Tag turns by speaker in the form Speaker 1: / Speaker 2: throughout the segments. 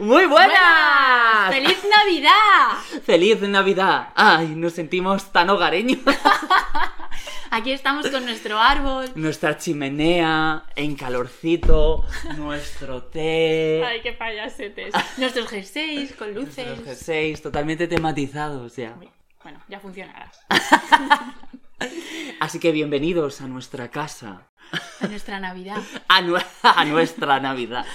Speaker 1: ¡Muy buenas!
Speaker 2: ¡Feliz Navidad!
Speaker 1: ¡Feliz Navidad! ¡Ay, nos sentimos tan hogareños!
Speaker 2: Aquí estamos con nuestro árbol.
Speaker 1: Nuestra chimenea en calorcito, nuestro té,
Speaker 2: Ay, qué payasetes. Nuestros jerseys con
Speaker 1: nuestros
Speaker 2: luces.
Speaker 1: jerseys totalmente tematizados ya.
Speaker 2: Bueno, ya funcionará.
Speaker 1: Así que bienvenidos a nuestra casa,
Speaker 2: A nuestra Navidad.
Speaker 1: a, nue- a nuestra Navidad.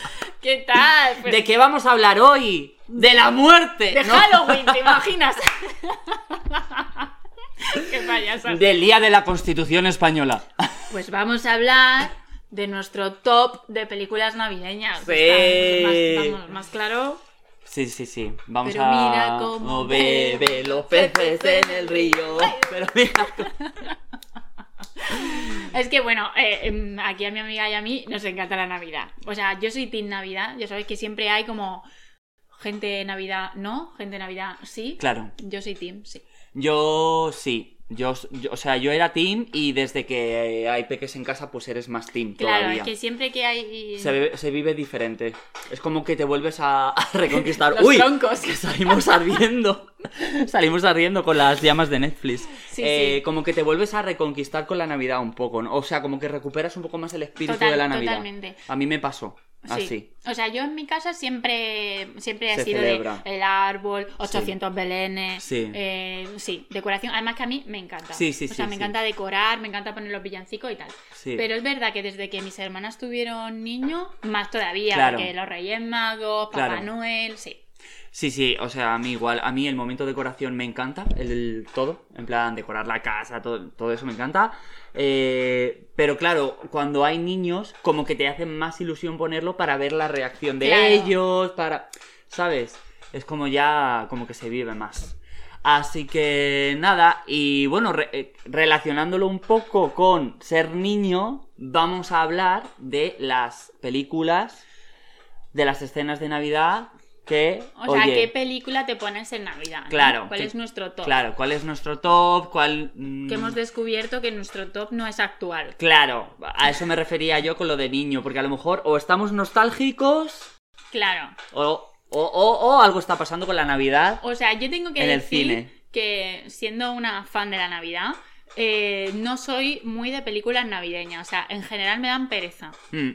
Speaker 2: ¿Qué tal? Pues,
Speaker 1: ¿De qué vamos a hablar hoy? ¡De la muerte!
Speaker 2: de
Speaker 1: ¿no?
Speaker 2: Halloween, ¿te imaginas? qué payasas.
Speaker 1: Del Día de la Constitución Española.
Speaker 2: Pues vamos a hablar de nuestro top de películas navideñas.
Speaker 1: Sí.
Speaker 2: Está más- vamos, más claro.
Speaker 1: Sí, sí, sí. Vamos
Speaker 2: Pero
Speaker 1: a.
Speaker 2: mira cómo
Speaker 1: Oh, bebe los peces en el río. Pero mira.
Speaker 2: Es que bueno, eh, em, aquí a mi amiga y a mí nos encanta la Navidad. O sea, yo soy Team Navidad, ya sabéis que siempre hay como gente de Navidad no, gente de Navidad sí.
Speaker 1: Claro.
Speaker 2: Yo soy Team, sí.
Speaker 1: Yo sí. Yo, yo- o sea, yo era team y desde que hay peques en casa, pues eres más team
Speaker 2: Claro,
Speaker 1: todavía.
Speaker 2: es que siempre que hay
Speaker 1: se, vive, se vive diferente. Es como que te vuelves a, a reconquistar.
Speaker 2: los
Speaker 1: ¡Uy!
Speaker 2: troncos.
Speaker 1: Que salimos ardiendo. salimos ardiendo con las llamas de Netflix.
Speaker 2: Sí,
Speaker 1: Eh,
Speaker 2: sí.
Speaker 1: Como que te vuelves a reconquistar con la Navidad un poco. ¿no? O sea, como que recuperas un poco más el espíritu
Speaker 2: Total-
Speaker 1: de la Navidad.
Speaker 2: totalmente.
Speaker 1: A mí me pasó.
Speaker 2: Sí.
Speaker 1: Así.
Speaker 2: O sea, yo en mi casa siempre, siempre ha
Speaker 1: Ah, Se
Speaker 2: sido
Speaker 1: celebra.
Speaker 2: de el árbol, 800 belenes.
Speaker 1: Sí.
Speaker 2: eh, sí, decoración. Además que a mí me encanta.
Speaker 1: Sí, sí,
Speaker 2: O
Speaker 1: sí,
Speaker 2: sea, me
Speaker 1: sí.
Speaker 2: encanta decorar, me encanta poner los villancicos y tal.
Speaker 1: Sí.
Speaker 2: Pero es verdad que desde que mis hermanas tuvieron niños, más todavía.
Speaker 1: Claro.
Speaker 2: Porque los Reyes Magos, Papá
Speaker 1: Claro.
Speaker 2: Noel, sí.
Speaker 1: Sí, sí, o sea, a mí igual, a mí el momento de decoración me encanta, el, el todo, en plan decorar la casa, todo, todo eso me encanta. Eh, pero claro, cuando hay niños, como que te hacen más ilusión ponerlo para ver la reacción de
Speaker 2: Claro.
Speaker 1: ellos, para... ¿Sabes? Es como ya, como que se vive más. Así que nada, y bueno, re- eh, relacionándolo un poco con ser niño, vamos a hablar de las películas, de las escenas de Navidad que...
Speaker 2: O sea,
Speaker 1: oye,
Speaker 2: ¿qué película te pones en Navidad? no?
Speaker 1: Claro,
Speaker 2: ¿Cuál
Speaker 1: que-
Speaker 2: es nuestro top?
Speaker 1: Claro, ¿cuál es nuestro top? ¿Cuál...? mm,
Speaker 2: Que hemos descubierto que nuestro top no es actual.
Speaker 1: Claro, a eso me refería yo con lo de niño, porque a lo mejor o estamos nostálgicos
Speaker 2: Claro.
Speaker 1: o, o- o- o algo está pasando con la Navidad.
Speaker 2: O sea, yo tengo que
Speaker 1: En el
Speaker 2: decir
Speaker 1: cine.
Speaker 2: que siendo una fan de la Navidad, eh, no soy muy de películas navideñas. O sea, en general me dan pereza.
Speaker 1: Mm,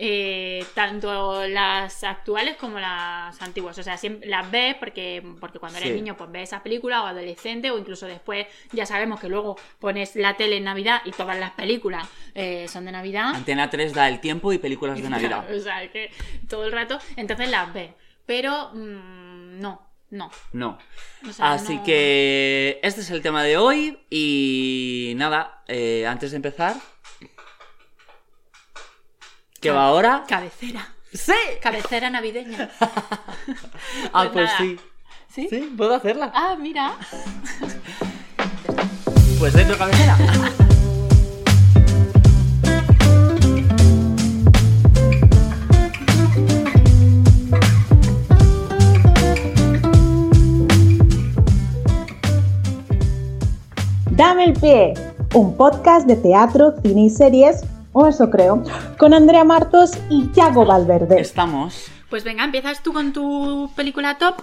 Speaker 2: Eh, tanto las actuales como las antiguas. O sea, siempre las ves porque, porque cuando eres
Speaker 1: Sí.
Speaker 2: niño pues ves esas películas o adolescente o incluso después ya sabemos que luego pones la tele en Navidad y todas las películas eh, son de Navidad.
Speaker 1: Antena 3 da el tiempo y películas de Navidad.
Speaker 2: o sea, es que todo el rato. Entonces las ves. Pero mm, no, no.
Speaker 1: No.
Speaker 2: O sea,
Speaker 1: Así
Speaker 2: no-
Speaker 1: que este es el tema de hoy y nada, eh, antes de empezar... ¿Qué va ahora?
Speaker 2: Cabecera.
Speaker 1: ¡Sí!
Speaker 2: Cabecera navideña.
Speaker 1: Ah,
Speaker 2: Pues
Speaker 1: pues
Speaker 2: nada.
Speaker 1: sí.
Speaker 2: ¿Sí?
Speaker 1: Sí, puedo hacerla.
Speaker 2: Ah, mira.
Speaker 1: Pues dentro cabecera.
Speaker 3: Dame el pie, un podcast de teatro, cine y series, o eso creo, con Andrea Martos y Thiago Valverde.
Speaker 1: Estamos.
Speaker 2: Pues venga, empiezas tú con tu película top.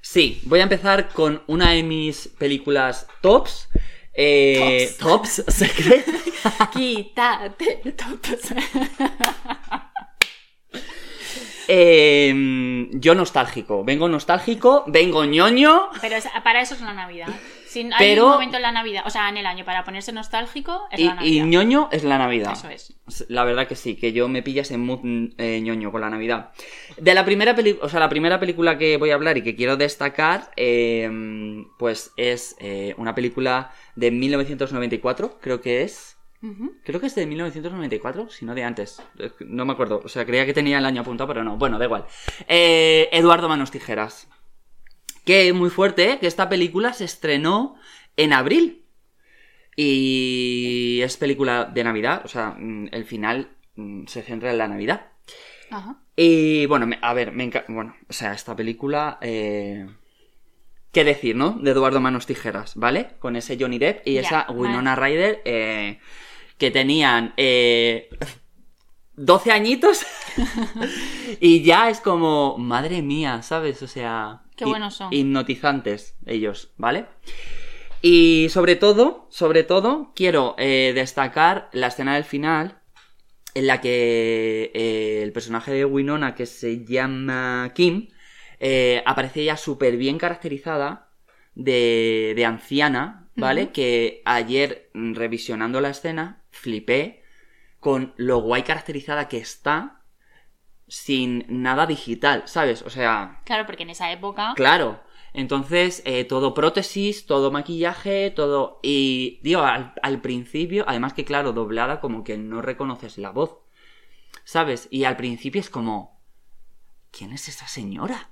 Speaker 1: Sí, voy a empezar con una de mis películas tops. Eh, tops. secret.
Speaker 2: Quítate el top.
Speaker 1: Eh, yo nostálgico. Vengo nostálgico, vengo ñoño.
Speaker 2: Pero es- para eso es la Navidad. Si hay
Speaker 1: Pero-
Speaker 2: un momento en la Navidad, o sea, en el año, para ponerse nostálgico, es
Speaker 1: Y,
Speaker 2: la
Speaker 1: y
Speaker 2: Navidad.
Speaker 1: ñoño es la Navidad.
Speaker 2: Eso es.
Speaker 1: La verdad que sí, que yo me pillas en mood eh, ñoño con la Navidad. De la primera película, o sea, la primera película que voy a hablar y que quiero destacar, eh, pues es eh, una película de 1994, creo que es.
Speaker 2: Ujú.
Speaker 1: Creo que es de 1994, si no de antes. Eh, No me acuerdo. O sea, creía que tenía el año apuntado, pero no. Bueno, da igual. Eh, Eduardo Manos Tijeras. Que muy fuerte, ¿eh? Que esta película se estrenó en abril. Y es película de Navidad. O sea, mm, el final mm, se centra en la Navidad.
Speaker 2: Ajá.
Speaker 1: Y bueno, me- a ver, me encanta. Bueno, o sea, esta película. eh, ¿Qué decir, no? De Eduardo Manos Tijeras, ¿vale? Con ese Johnny Depp y
Speaker 2: Ya,
Speaker 1: esa
Speaker 2: vale.
Speaker 1: Winona Ryder eh, que tenían eh, 12 añitos y ya es como, madre mía, ¿sabes? O sea...
Speaker 2: Qué
Speaker 1: hi-
Speaker 2: buenos son.
Speaker 1: Hipnotizantes ellos, ¿vale? Y sobre todo, sobre todo, quiero eh, destacar la escena del final en la que eh, el personaje de Winona, que se llama Kim, eh, aparece ya súper bien caracterizada de, de anciana, ¿vale?
Speaker 2: Ujú.
Speaker 1: Que ayer, mm, revisionando la escena, flipé con lo guay caracterizada que está sin nada digital, ¿sabes? O sea,
Speaker 2: Claro, porque en esa época.
Speaker 1: Claro. Entonces, eh, todo prótesis, todo maquillaje, todo. Y, digo, al, al principio, además que, claro, doblada, como que no reconoces la voz. ¿Sabes? Y al principio es como. ¿Quién es esa señora?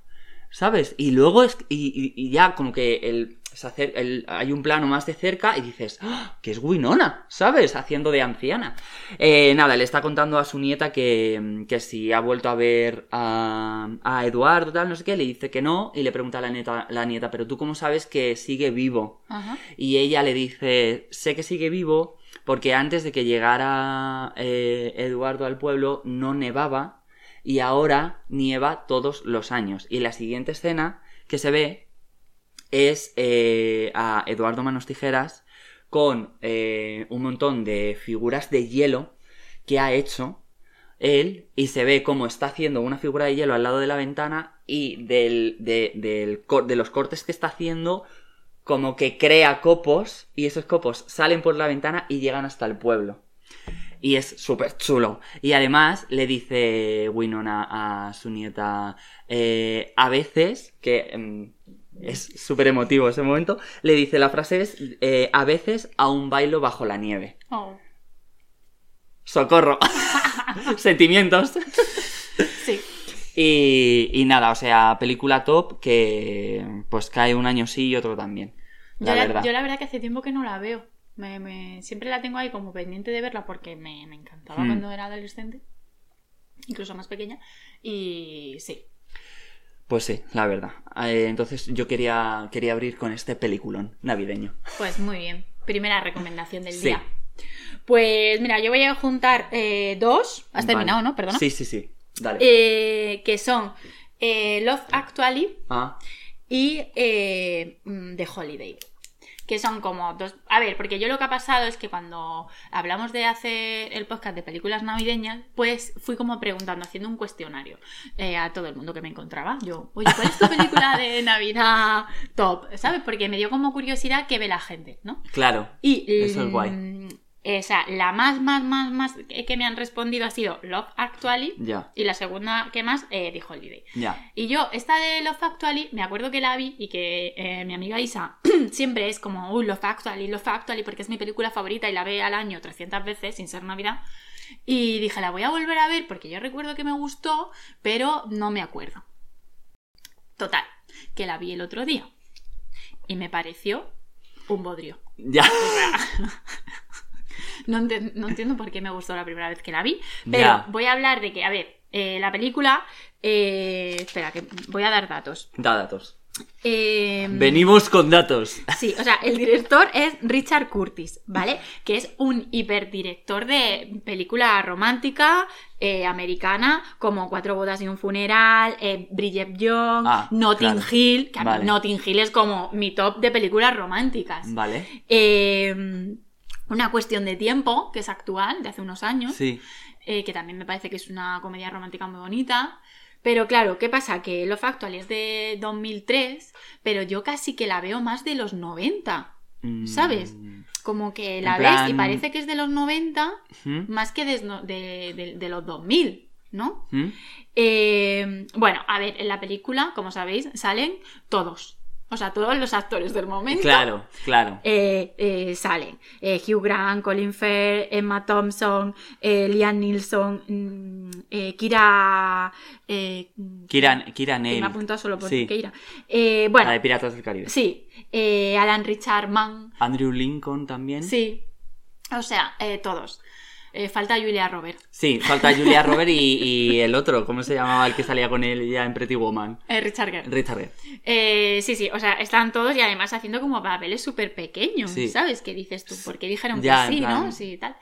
Speaker 1: ¿Sabes? Y luego es. Y, y- y ya, como que el, se acer- el- hay un plano más de cerca y dices. "¡Ah! Que es Winona, ¿sabes? Haciendo de anciana. Eh, nada, le está contando a su nieta que, que si ha vuelto a ver a, a Eduardo, tal, no sé qué, le dice que no, y le pregunta a la nieta, la nieta, pero tú cómo sabes que sigue vivo.
Speaker 2: Ajá.
Speaker 1: Y ella le dice, sé que sigue vivo, porque antes de que llegara eh, Eduardo al pueblo no nevaba, y ahora nieva todos los años. Y la siguiente escena que se ve es eh, a Eduardo Manos Tijeras con eh, un montón de figuras de hielo que ha hecho él y se ve cómo está haciendo una figura de hielo al lado de la ventana y del, de, del cor- de los cortes que está haciendo como que crea copos y esos copos salen por la ventana y llegan hasta el pueblo. Y es súper chulo. Y además le dice Winona a su nieta, eh, a veces, que mm, es súper emotivo ese momento, le dice la frase es, eh, a veces a un bailo bajo la nieve.
Speaker 2: Oh.
Speaker 1: Socorro. Sentimientos.
Speaker 2: Sí.
Speaker 1: Y, y nada, o sea, película top que pues cae un año sí y otro también. La
Speaker 2: yo, la-
Speaker 1: verdad.
Speaker 2: yo la verdad que hace tiempo que no la veo. Me, me- siempre la tengo ahí como pendiente de verla porque me, me encantaba
Speaker 1: Hmm.
Speaker 2: cuando era adolescente, incluso más pequeña. Y sí,
Speaker 1: Pues sí, la verdad. Eh, entonces yo quería, quería abrir con este peliculón navideño.
Speaker 2: pues muy bien. Primera recomendación del
Speaker 1: Sí.
Speaker 2: día. Pues mira, yo voy a juntar eh, dos. Has
Speaker 1: Vale.
Speaker 2: terminado, ¿no? Perdona.
Speaker 1: Sí, sí, sí. Dale.
Speaker 2: Eh, que son eh, Love Actually
Speaker 1: Ah,
Speaker 2: y eh, mm, The Holiday. Que son como dos. A ver, porque yo lo que ha pasado es que cuando hablamos de hacer el podcast de películas navideñas, pues fui como preguntando, haciendo un cuestionario eh, a todo el mundo que me encontraba. Yo, oye, ¿cuál es tu película de Navidad top? ¿Sabes? Porque me dio como curiosidad qué ve la gente, ¿no?
Speaker 1: claro.
Speaker 2: Y
Speaker 1: Eso es guay.
Speaker 2: mm, o sea, la más, más, más, más que que me han respondido ha sido Love Actually.
Speaker 1: Ya,
Speaker 2: Y la segunda que más, eh, The Holiday.
Speaker 1: ya.
Speaker 2: Y yo, esta de Love Actually, me acuerdo que la vi y que eh, mi amiga Isa siempre es como, uy, Love Actually, Love Actually, porque es mi película favorita y la ve al año 300 veces sin ser Navidad. Y dije, la voy a volver a ver porque yo recuerdo que me gustó, pero no me acuerdo. Total, que la vi el otro día y me pareció un bodrio.
Speaker 1: Ya.
Speaker 2: No, enten- no entiendo por qué me gustó la primera vez que la vi, pero
Speaker 1: Ya.
Speaker 2: voy a hablar de que, a ver, eh, la película... eh, espera, que voy a dar datos.
Speaker 1: Da datos.
Speaker 2: Eh,
Speaker 1: Venimos con datos.
Speaker 2: Sí, o sea, el director es Richard Curtis, ¿vale? Que es un hiperdirector de película romántica eh, americana, como Cuatro bodas y un funeral, eh, Bridget Young,
Speaker 1: Ah,
Speaker 2: Notting
Speaker 1: claro.
Speaker 2: Hill, que a mí
Speaker 1: Vale. Mm.
Speaker 2: Notting Hill es como mi top de películas románticas.
Speaker 1: Vale.
Speaker 2: Eh, una cuestión de tiempo, que es actual, de hace unos años
Speaker 1: Sí.
Speaker 2: eh, que también me parece que es una comedia romántica muy bonita. Pero claro, ¿qué pasa? Que Love Actual es de 2003, pero yo casi que la veo más de los 90.
Speaker 1: Mm,
Speaker 2: ¿Sabes? Como que la
Speaker 1: En
Speaker 2: ves y
Speaker 1: plan-
Speaker 2: parece que es de los 90
Speaker 1: ¿Mm?
Speaker 2: más que desno- de, de- de los 2000, ¿no?
Speaker 1: ¿Mm?
Speaker 2: Eh, bueno, a ver, en la película, como sabéis, salen todos. O sea, todos los actores del momento.
Speaker 1: Claro, claro.
Speaker 2: Eh, eh, salen eh, Hugh Grant, Colin Firth, Emma Thompson, eh, Liam Nilsson, mm, eh, Kira. eh,
Speaker 1: Kira, Kira
Speaker 2: que
Speaker 1: Nell,
Speaker 2: Me ha apuntado solo por
Speaker 1: Sí.
Speaker 2: Kira. Eh, bueno,
Speaker 1: la de Piratas del Caribe.
Speaker 2: sí. eh, Alan Richard Mann,
Speaker 1: Andrew Lincoln también.
Speaker 2: sí. O sea, eh, todos. Eh, falta Julia Robert.
Speaker 1: Sí, falta Julia Robert y, y el otro, ¿cómo se llamaba el que salía con él ya en Pretty Woman?
Speaker 2: Eh, Richard Gere.
Speaker 1: Richard Gere.
Speaker 2: Eh, sí, sí, o sea, están todos y además haciendo como papeles súper pequeños,
Speaker 1: Sí.
Speaker 2: ¿sabes? ¿Qué dices tú? Porque dijeron
Speaker 1: Ya,
Speaker 2: que sí,
Speaker 1: en
Speaker 2: ¿no?
Speaker 1: plan-
Speaker 2: Sí, tal.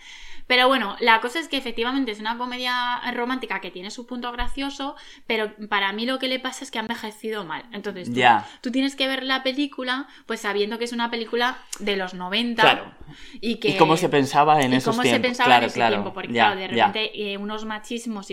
Speaker 2: Pero bueno, la cosa es que efectivamente es una comedia romántica que tiene su punto gracioso, pero para mí lo que le pasa es que ha envejecido mal. Entonces, tú,
Speaker 1: Ya.
Speaker 2: tú tienes que ver la película, pues sabiendo que es una película de los 90
Speaker 1: Claro.
Speaker 2: y que...
Speaker 1: Y cómo se pensaba en
Speaker 2: y
Speaker 1: esos
Speaker 2: cómo
Speaker 1: tiempos.
Speaker 2: se pensaba
Speaker 1: claro,
Speaker 2: en ese
Speaker 1: claro.
Speaker 2: tiempo, porque
Speaker 1: Ya,
Speaker 2: claro, de
Speaker 1: ya.
Speaker 2: repente eh, unos machismos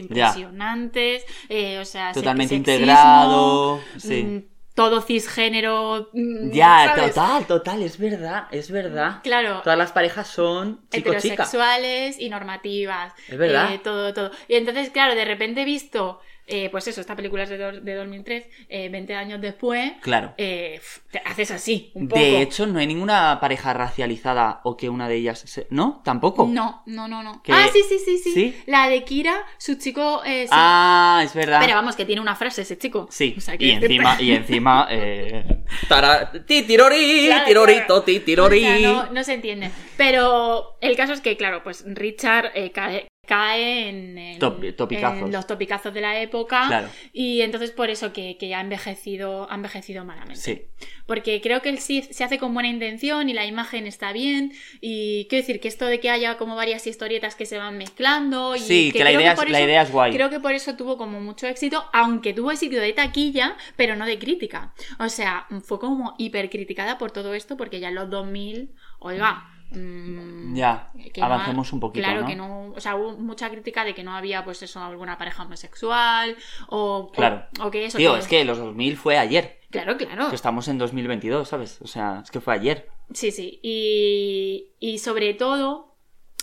Speaker 2: impresionantes, eh, o sea, se-
Speaker 1: Totalmente
Speaker 2: sexismo,
Speaker 1: integrado, sí.
Speaker 2: mm, todo cisgénero, mm,
Speaker 1: Ya,
Speaker 2: ¿sabes?
Speaker 1: total, total, es verdad, es verdad.
Speaker 2: Claro.
Speaker 1: Todas las parejas son chico-chica.
Speaker 2: heterosexuales y normativas.
Speaker 1: Es verdad.
Speaker 2: eh, todo, todo. Y entonces, claro, de repente he visto, eh, pues eso, esta película es de, do- de 2003, eh, 20 años después,
Speaker 1: Claro.
Speaker 2: eh, f- te haces así, un poco.
Speaker 1: De hecho, no hay ninguna pareja racializada o que una de ellas... se- ¿No? ¿Tampoco?
Speaker 2: No, no, no, no.
Speaker 1: Que-
Speaker 2: Ah, sí, sí, sí, sí,
Speaker 1: ¿Sí?
Speaker 2: La de Kira, su chico... eh, sí.
Speaker 1: Ah, es verdad.
Speaker 2: Pero vamos, que tiene una frase ese chico.
Speaker 1: Sí,
Speaker 2: O sea, que-
Speaker 1: y encima, y encima, eh... tara- ti, tirori,
Speaker 2: Claro,
Speaker 1: tirorito,
Speaker 2: claro.
Speaker 1: ti, tirori.
Speaker 2: O sea, no, no se entiende. Pero el caso es que, claro, pues Richard eh, cae, cae en, en-
Speaker 1: Top- topicazos.
Speaker 2: en los topicazos de la época.
Speaker 1: Claro.
Speaker 2: Y entonces por eso que, que ha envejecido, ha envejecido malamente.
Speaker 1: Sí,
Speaker 2: Porque creo que él sí se hace con buena intención y la imagen está bien. Y quiero decir que esto de que haya como varias historietas que se van mezclando. Y
Speaker 1: sí, que, la,
Speaker 2: creo
Speaker 1: idea es,
Speaker 2: por
Speaker 1: la
Speaker 2: eso-
Speaker 1: idea es guay.
Speaker 2: Creo que por eso tuvo como mucho éxito, aunque tuvo éxito de taquilla, pero no de crítica. O sea, fue como hipercriticada por todo esto, porque ya en los 2000, oiga. mm,
Speaker 1: Ya,
Speaker 2: que no
Speaker 1: avancemos
Speaker 2: ha-
Speaker 1: un poquito,
Speaker 2: Claro
Speaker 1: ¿no?
Speaker 2: que no. O sea, hubo mucha crítica de que no había, pues eso, alguna pareja homosexual. O, o-
Speaker 1: Claro.
Speaker 2: o, que eso.
Speaker 1: Tío, es que los 2000 fue ayer.
Speaker 2: Claro, claro.
Speaker 1: Que estamos en 2022, ¿sabes? O sea, es que fue ayer.
Speaker 2: Sí, sí. Y, y sobre todo,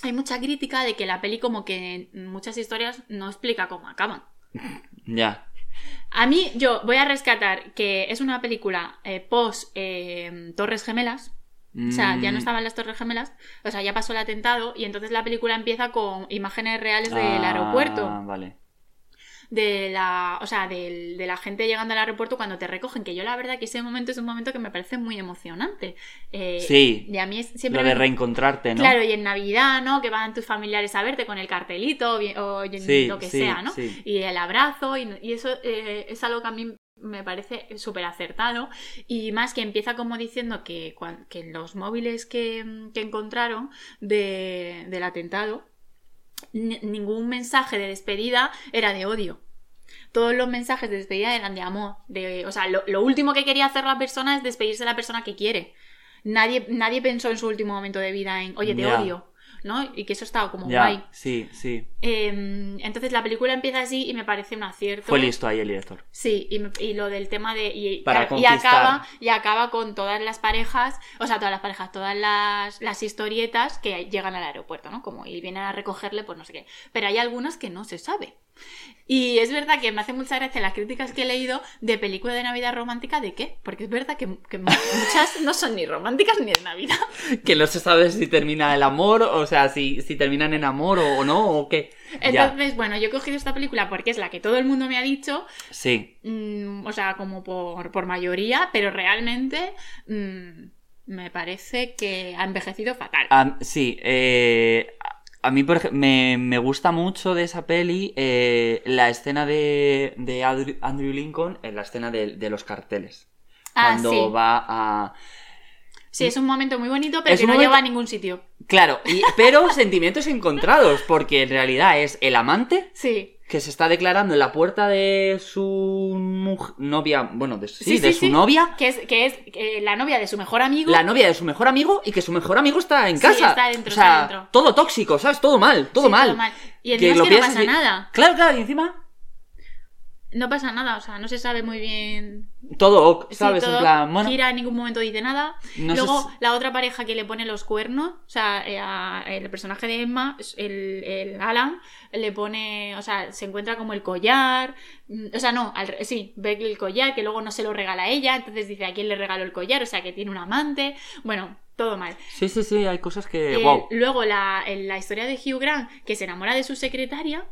Speaker 2: hay mucha crítica de que la peli, como que en muchas historias, no explica cómo acaban.
Speaker 1: Ya.
Speaker 2: A mí, yo voy a rescatar que es una película eh, post eh, Torres Gemelas. O sea, ya no
Speaker 1: Mm,
Speaker 2: estaban las Torres Gemelas. O sea, ya pasó el atentado y entonces la película empieza con imágenes reales del
Speaker 1: ah,
Speaker 2: aeropuerto.
Speaker 1: Vale.
Speaker 2: De la, o sea, del- de la gente llegando al aeropuerto cuando te recogen. Que yo, la verdad, que ese momento es un momento que me parece muy emocionante. Eh,
Speaker 1: Sí.
Speaker 2: Y a mí es- siempre.
Speaker 1: Lo de
Speaker 2: me-
Speaker 1: reencontrarte, ¿no?
Speaker 2: Claro, y en Navidad, ¿no? Que van tus familiares a verte con el cartelito o bien- o en
Speaker 1: Sí,
Speaker 2: lo que
Speaker 1: sí,
Speaker 2: sea, ¿no?
Speaker 1: sí.
Speaker 2: Y el abrazo, y, y eso eh, es algo que a mí me parece súper acertado. Y más que empieza como diciendo que, cuan- que los móviles que, que encontraron de- del atentado, ni- ningún mensaje de despedida era de odio. Todos los mensajes de despedida eran de amor. De, o sea, lo, lo último que quería hacer la persona es despedirse de la persona que quiere. Nadie, nadie pensó en su último momento de vida en, oye, te
Speaker 1: Ya.
Speaker 2: odio, ¿no? Y que eso estaba como
Speaker 1: Ya,
Speaker 2: guay.
Speaker 1: sí, sí.
Speaker 2: Eh, entonces la película empieza así y me parece un acierto.
Speaker 1: Fue listo ahí el director.
Speaker 2: Sí, y, me- y lo del tema de. Y,
Speaker 1: Para
Speaker 2: y
Speaker 1: conquistar.
Speaker 2: acaba, y acaba con todas las parejas, o sea, todas las parejas, todas las, las historietas que llegan al aeropuerto, ¿no? Como y vienen a recogerle, pues no sé qué. Pero hay algunas que no se sabe. Y es verdad que me hace mucha gracia las críticas que he leído de película de Navidad romántica de qué, porque es verdad que, que mu- muchas no son ni románticas ni de Navidad.
Speaker 1: Que no se sabe si termina el amor, o sea, si, si terminan en amor o, o no, o qué. Ya,
Speaker 2: Entonces, bueno, yo he cogido esta película porque es la que todo el mundo me ha dicho,
Speaker 1: sí.
Speaker 2: mm, o sea, como por, por mayoría, pero realmente mm, me parece que ha envejecido fatal.
Speaker 1: A- sí, eh, a mí por ej- me, me gusta mucho de esa peli eh, la escena de, de Adri- Andrew Lincoln, en la escena de, de los carteles.
Speaker 2: Ah,
Speaker 1: cuando
Speaker 2: sí.
Speaker 1: va a...
Speaker 2: Sí, es un momento muy bonito, pero
Speaker 1: Es
Speaker 2: que
Speaker 1: un
Speaker 2: no
Speaker 1: momento-
Speaker 2: lleva a ningún sitio.
Speaker 1: Claro, y- pero sentimientos encontrados, porque en realidad es el amante
Speaker 2: Sí,
Speaker 1: que se está declarando en la puerta de su muj- novia, bueno, de, sí,
Speaker 2: Sí,
Speaker 1: de
Speaker 2: sí,
Speaker 1: su
Speaker 2: sí.
Speaker 1: novia,
Speaker 2: que es, que es eh, la novia de su mejor amigo.
Speaker 1: la novia de su mejor amigo y que su mejor amigo está en
Speaker 2: Sí,
Speaker 1: casa.
Speaker 2: está dentro,
Speaker 1: o sea,
Speaker 2: está dentro.
Speaker 1: todo tóxico, ¿sabes? Todo mal, todo
Speaker 2: Sí,
Speaker 1: mal.
Speaker 2: Y encima
Speaker 1: lo
Speaker 2: es que no
Speaker 1: piensas
Speaker 2: pasa
Speaker 1: y-
Speaker 2: nada.
Speaker 1: Claro, claro, y encima
Speaker 2: No pasa nada, o sea, no se sabe muy bien.
Speaker 1: todo ok,
Speaker 2: si
Speaker 1: ¿sabes?
Speaker 2: todo
Speaker 1: en plan, bueno,
Speaker 2: Kira en ningún momento dice nada.
Speaker 1: no sé
Speaker 2: Luego,
Speaker 1: si-
Speaker 2: la otra pareja que le pone los cuernos, o sea, eh, a- el personaje de Emma, el, el Alan, le pone, o sea, se encuentra como el collar, mm, o sea, no, al re- sí, ve el collar, que luego no se lo regala a ella, entonces dice a quién le regaló el collar, o sea, que tiene un amante, bueno, todo mal.
Speaker 1: Sí, sí, sí, hay cosas que...
Speaker 2: Eh,
Speaker 1: wow.
Speaker 2: Luego, la, en la historia de Hugh Grant, que se enamora de su secretaria.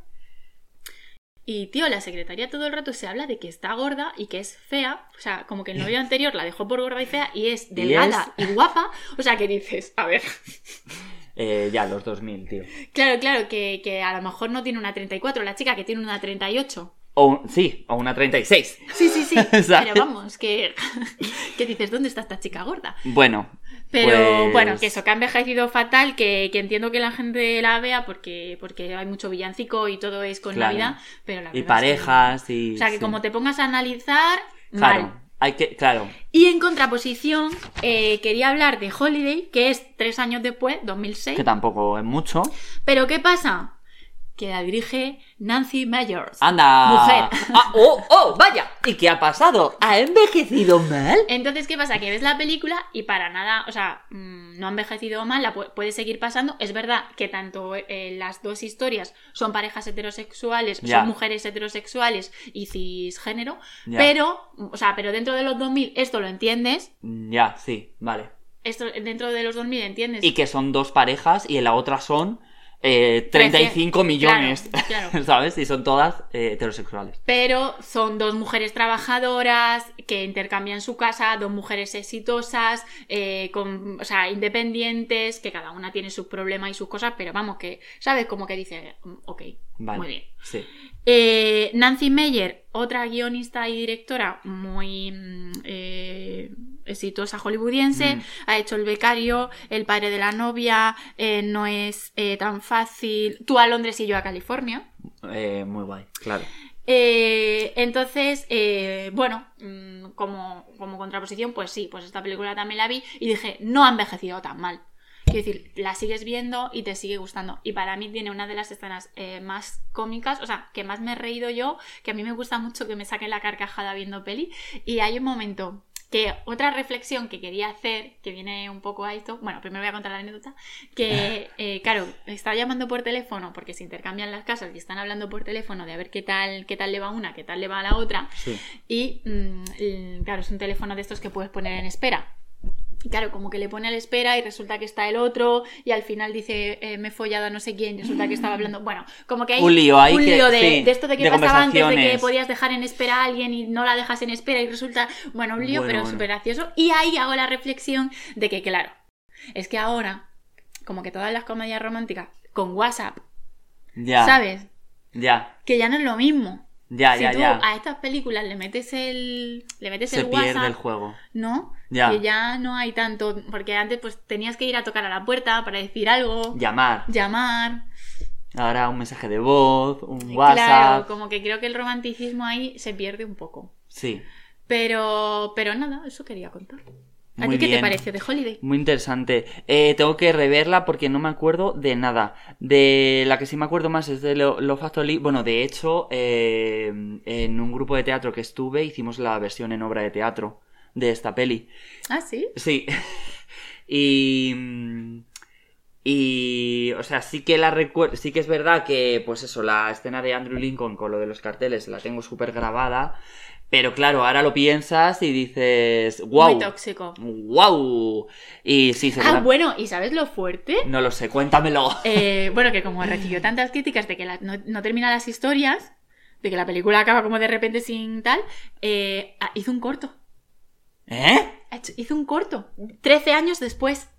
Speaker 2: Y, tío, la secretaria todo el rato se habla de que está gorda y que es fea. O sea, como que el novio anterior la dejó por gorda y fea y es delgada y guapa. O sea, que dices, a ver,
Speaker 1: eh, ya los 2000, tío.
Speaker 2: Claro, claro, que, que a lo mejor no tiene una 34, la chica que tiene una 38.
Speaker 1: O un- sí, o una 36.
Speaker 2: Sí, sí, sí.
Speaker 1: ¿Sabes?
Speaker 2: Pero vamos, que, que dices, ¿dónde está esta chica gorda?
Speaker 1: Bueno.
Speaker 2: Pero
Speaker 1: pues-
Speaker 2: bueno, que eso, que ha envejecido fatal, que, que entiendo que la gente la vea porque, porque hay mucho villancico y todo es con
Speaker 1: Claro.
Speaker 2: Navidad, pero la
Speaker 1: Y
Speaker 2: verdad es que-
Speaker 1: parejas y...
Speaker 2: o sea, que
Speaker 1: sí.
Speaker 2: como te pongas a analizar,
Speaker 1: Claro,
Speaker 2: mal.
Speaker 1: hay que... Claro.
Speaker 2: Y en contraposición, eh, quería hablar de Holiday, que es tres años después, 2006.
Speaker 1: Que tampoco es mucho.
Speaker 2: Pero ¿qué pasa? Que la dirige Nancy Meyers.
Speaker 1: ¡Anda!
Speaker 2: Mujer.
Speaker 1: Ah, ¡Oh, oh, vaya! ¿Y qué ha pasado? ¿Ha envejecido mal?
Speaker 2: Entonces, ¿qué pasa? Que ves la película y para nada, o sea, mm, no ha envejecido mal, la pu- puede seguir pasando. Es verdad que tanto eh, las dos historias son parejas heterosexuales,
Speaker 1: Ya.
Speaker 2: son mujeres heterosexuales y cisgénero,
Speaker 1: Ya.
Speaker 2: pero, o sea, pero dentro de los 2000 esto lo entiendes,
Speaker 1: Ya, sí, vale.
Speaker 2: esto dentro de los 2000 entiendes.
Speaker 1: Y que son dos parejas y en la otra son eh, 35 millones.
Speaker 2: Claro, claro.
Speaker 1: ¿Sabes? Y son todas eh, heterosexuales.
Speaker 2: Pero son dos mujeres trabajadoras que intercambian su casa, dos mujeres exitosas, eh, con, o sea, independientes, que cada una tiene sus problemas y sus cosas, pero vamos, que, ¿sabes? Como que dice, "Mm, ok,
Speaker 1: Vale.
Speaker 2: muy bien.
Speaker 1: Sí.
Speaker 2: Eh, Nancy Meyer, otra guionista y directora muy mm, eh, exitosa hollywoodiense,
Speaker 1: Mm.
Speaker 2: ha hecho El becario, El padre de la novia, eh, No es eh, tan fácil, Tú a Londres y yo a California.
Speaker 1: Eh, muy guay, claro.
Speaker 2: Eh, entonces, eh, bueno, mm, como, como contraposición, pues sí, pues esta película también la vi y dije, no ha envejecido tan mal. Quiero decir, la sigues viendo y te sigue gustando. Y para mí tiene una de las escenas eh, más cómicas, o sea, que más me he reído yo, que a mí me gusta mucho que me saquen la carcajada viendo peli. Y hay un momento que otra reflexión que quería hacer, que viene un poco a esto, bueno, primero voy a contar la anécdota, que, eh, claro, está llamando por teléfono porque se intercambian las casas y están hablando por teléfono de a ver qué tal, qué tal le va una, qué tal le va a la otra.
Speaker 1: Sí.
Speaker 2: Y mm, el- claro, es un teléfono de estos que puedes poner en espera. Y claro, como que le pone a la espera y resulta que está el otro y al final dice eh, me he follado a no sé quién y resulta que estaba hablando. Bueno, como que hay
Speaker 1: Un lío ahí
Speaker 2: un
Speaker 1: que-
Speaker 2: lío de,
Speaker 1: sí,
Speaker 2: de esto de que
Speaker 1: de
Speaker 2: pasaba antes de que
Speaker 1: conversaciones.
Speaker 2: podías dejar en espera a alguien y no la dejas en espera y resulta, bueno, un lío
Speaker 1: Bueno,
Speaker 2: pero
Speaker 1: bueno.
Speaker 2: súper gracioso. Y ahí hago la reflexión de que, claro, es que ahora, como que todas las comedias románticas con WhatsApp,
Speaker 1: Ya.
Speaker 2: ¿sabes?
Speaker 1: Ya,
Speaker 2: Que ya no es lo mismo.
Speaker 1: ya,
Speaker 2: si
Speaker 1: ya,
Speaker 2: tú
Speaker 1: ya.
Speaker 2: a estas películas le metes el le metes
Speaker 1: Se
Speaker 2: el
Speaker 1: pierde
Speaker 2: WhatsApp,
Speaker 1: el juego.
Speaker 2: ¿no?
Speaker 1: Ya.
Speaker 2: Que ya no hay tanto, porque antes pues tenías que ir a tocar a la puerta para decir algo,
Speaker 1: Llamar.
Speaker 2: llamar,
Speaker 1: Ahora un mensaje de voz, un
Speaker 2: Y
Speaker 1: WhatsApp.
Speaker 2: claro, como que creo que el romanticismo ahí se pierde un poco.
Speaker 1: Sí.
Speaker 2: Pero pero nada, eso quería contar. ¿A
Speaker 1: Muy
Speaker 2: ti qué
Speaker 1: bien.
Speaker 2: te pareció de Holiday?
Speaker 1: Muy interesante. Eh, tengo que reverla porque no me acuerdo de nada. De la que sí me acuerdo más es de Lo, Love Actually. Bueno, de hecho, eh, en un grupo de teatro que estuve hicimos la versión en obra de teatro de esta peli.
Speaker 2: Ah, sí.
Speaker 1: Sí. y. mm, Y. O sea, sí que la recuerdo. Sí que es verdad que, pues eso, la escena de Andrew Lincoln con lo de los carteles la tengo súper grabada. Pero claro, ahora lo piensas y dices. ¡Wow!
Speaker 2: Muy tóxico.
Speaker 1: ¡Wow! Y sí,
Speaker 2: Ah,
Speaker 1: segura-
Speaker 2: bueno, ¿y sabes lo fuerte?
Speaker 1: No lo sé, cuéntamelo.
Speaker 2: Eh, bueno, que como recibió tantas críticas de que la- no, no termina las historias, de que la película acaba como de repente sin tal, eh, ah, hizo un corto.
Speaker 1: ¿Eh?
Speaker 2: Ha hecho- Hizo un corto. 13 años después.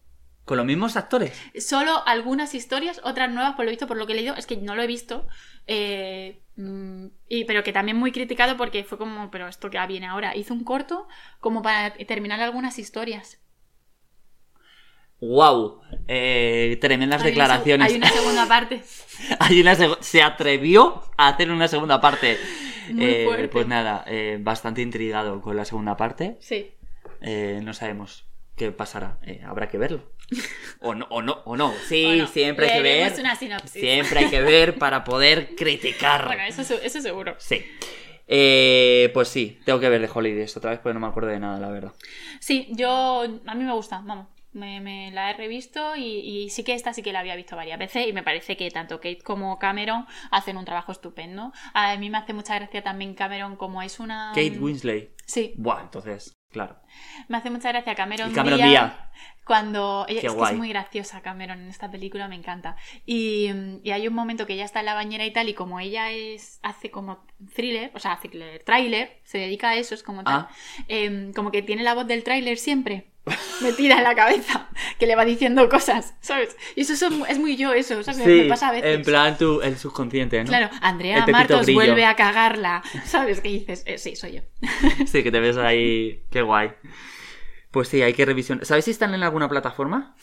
Speaker 1: ¿Con los mismos actores?
Speaker 2: Solo algunas historias, otras nuevas, por lo visto, por lo que he leído, es que no lo he visto. eh, mm, y, pero que también muy criticado porque fue como, pero esto que viene ahora. Hizo un corto como para terminar algunas historias.
Speaker 1: ¡Wow! Eh, tremendas
Speaker 2: Hay una seg-
Speaker 1: declaraciones.
Speaker 2: Hay una segunda parte.
Speaker 1: Hay una seg- se atrevió a hacer una segunda parte.
Speaker 2: Muy
Speaker 1: Eh,
Speaker 2: fuerte.
Speaker 1: Pues nada, eh, bastante intrigado con la segunda parte.
Speaker 2: Sí.
Speaker 1: Eh, no sabemos qué pasará. Eh, habrá que verlo. O no, o no, o no. Sí,
Speaker 2: Bueno,
Speaker 1: siempre hay que
Speaker 2: leeremos
Speaker 1: ver.
Speaker 2: una sinopsis.
Speaker 1: Siempre hay que ver para poder criticar.
Speaker 2: Bueno, eso, se- eso seguro.
Speaker 1: Sí. Eh, pues sí, tengo que ver de Holidays otra vez porque no me acuerdo de nada, la verdad.
Speaker 2: Sí, yo. A mí me gusta, vamos. Me, me la he revisto y, y sí que esta sí que la había visto varias veces y me parece que tanto Kate como Cameron hacen un trabajo estupendo. A mí me hace mucha gracia también Cameron como es una...
Speaker 1: Kate Winsley.
Speaker 2: Sí,
Speaker 1: Buah, entonces, claro.
Speaker 2: me hace mucha gracia Cameron,
Speaker 1: Y Cameron
Speaker 2: Díaz,
Speaker 1: Díaz.
Speaker 2: cuando... ella-
Speaker 1: Qué
Speaker 2: es que
Speaker 1: guay.
Speaker 2: es muy graciosa Cameron en esta película, me encanta. Y, mm, y hay un momento que ella está en la bañera y tal y como ella es hace como thriller, o sea, thriller, trailer, se dedica a eso, es como tal,
Speaker 1: Ah.
Speaker 2: em, como que tiene la voz del tráiler siempre. me tira en la cabeza, que le va diciendo cosas, ¿sabes? Y eso son- es muy yo, eso, ¿sabes? me pasa a veces.
Speaker 1: en plan tu, el subconsciente, ¿no?
Speaker 2: Claro,
Speaker 1: El
Speaker 2: Andrea
Speaker 1: Pepito
Speaker 2: Martos
Speaker 1: Grillo.
Speaker 2: vuelve a cagarla, ¿sabes? Que dices, eh, sí, soy yo.
Speaker 1: Sí, que te ves ahí. Qué guay. Pues sí, hay que revisionar. ¿Sabes si están en alguna plataforma?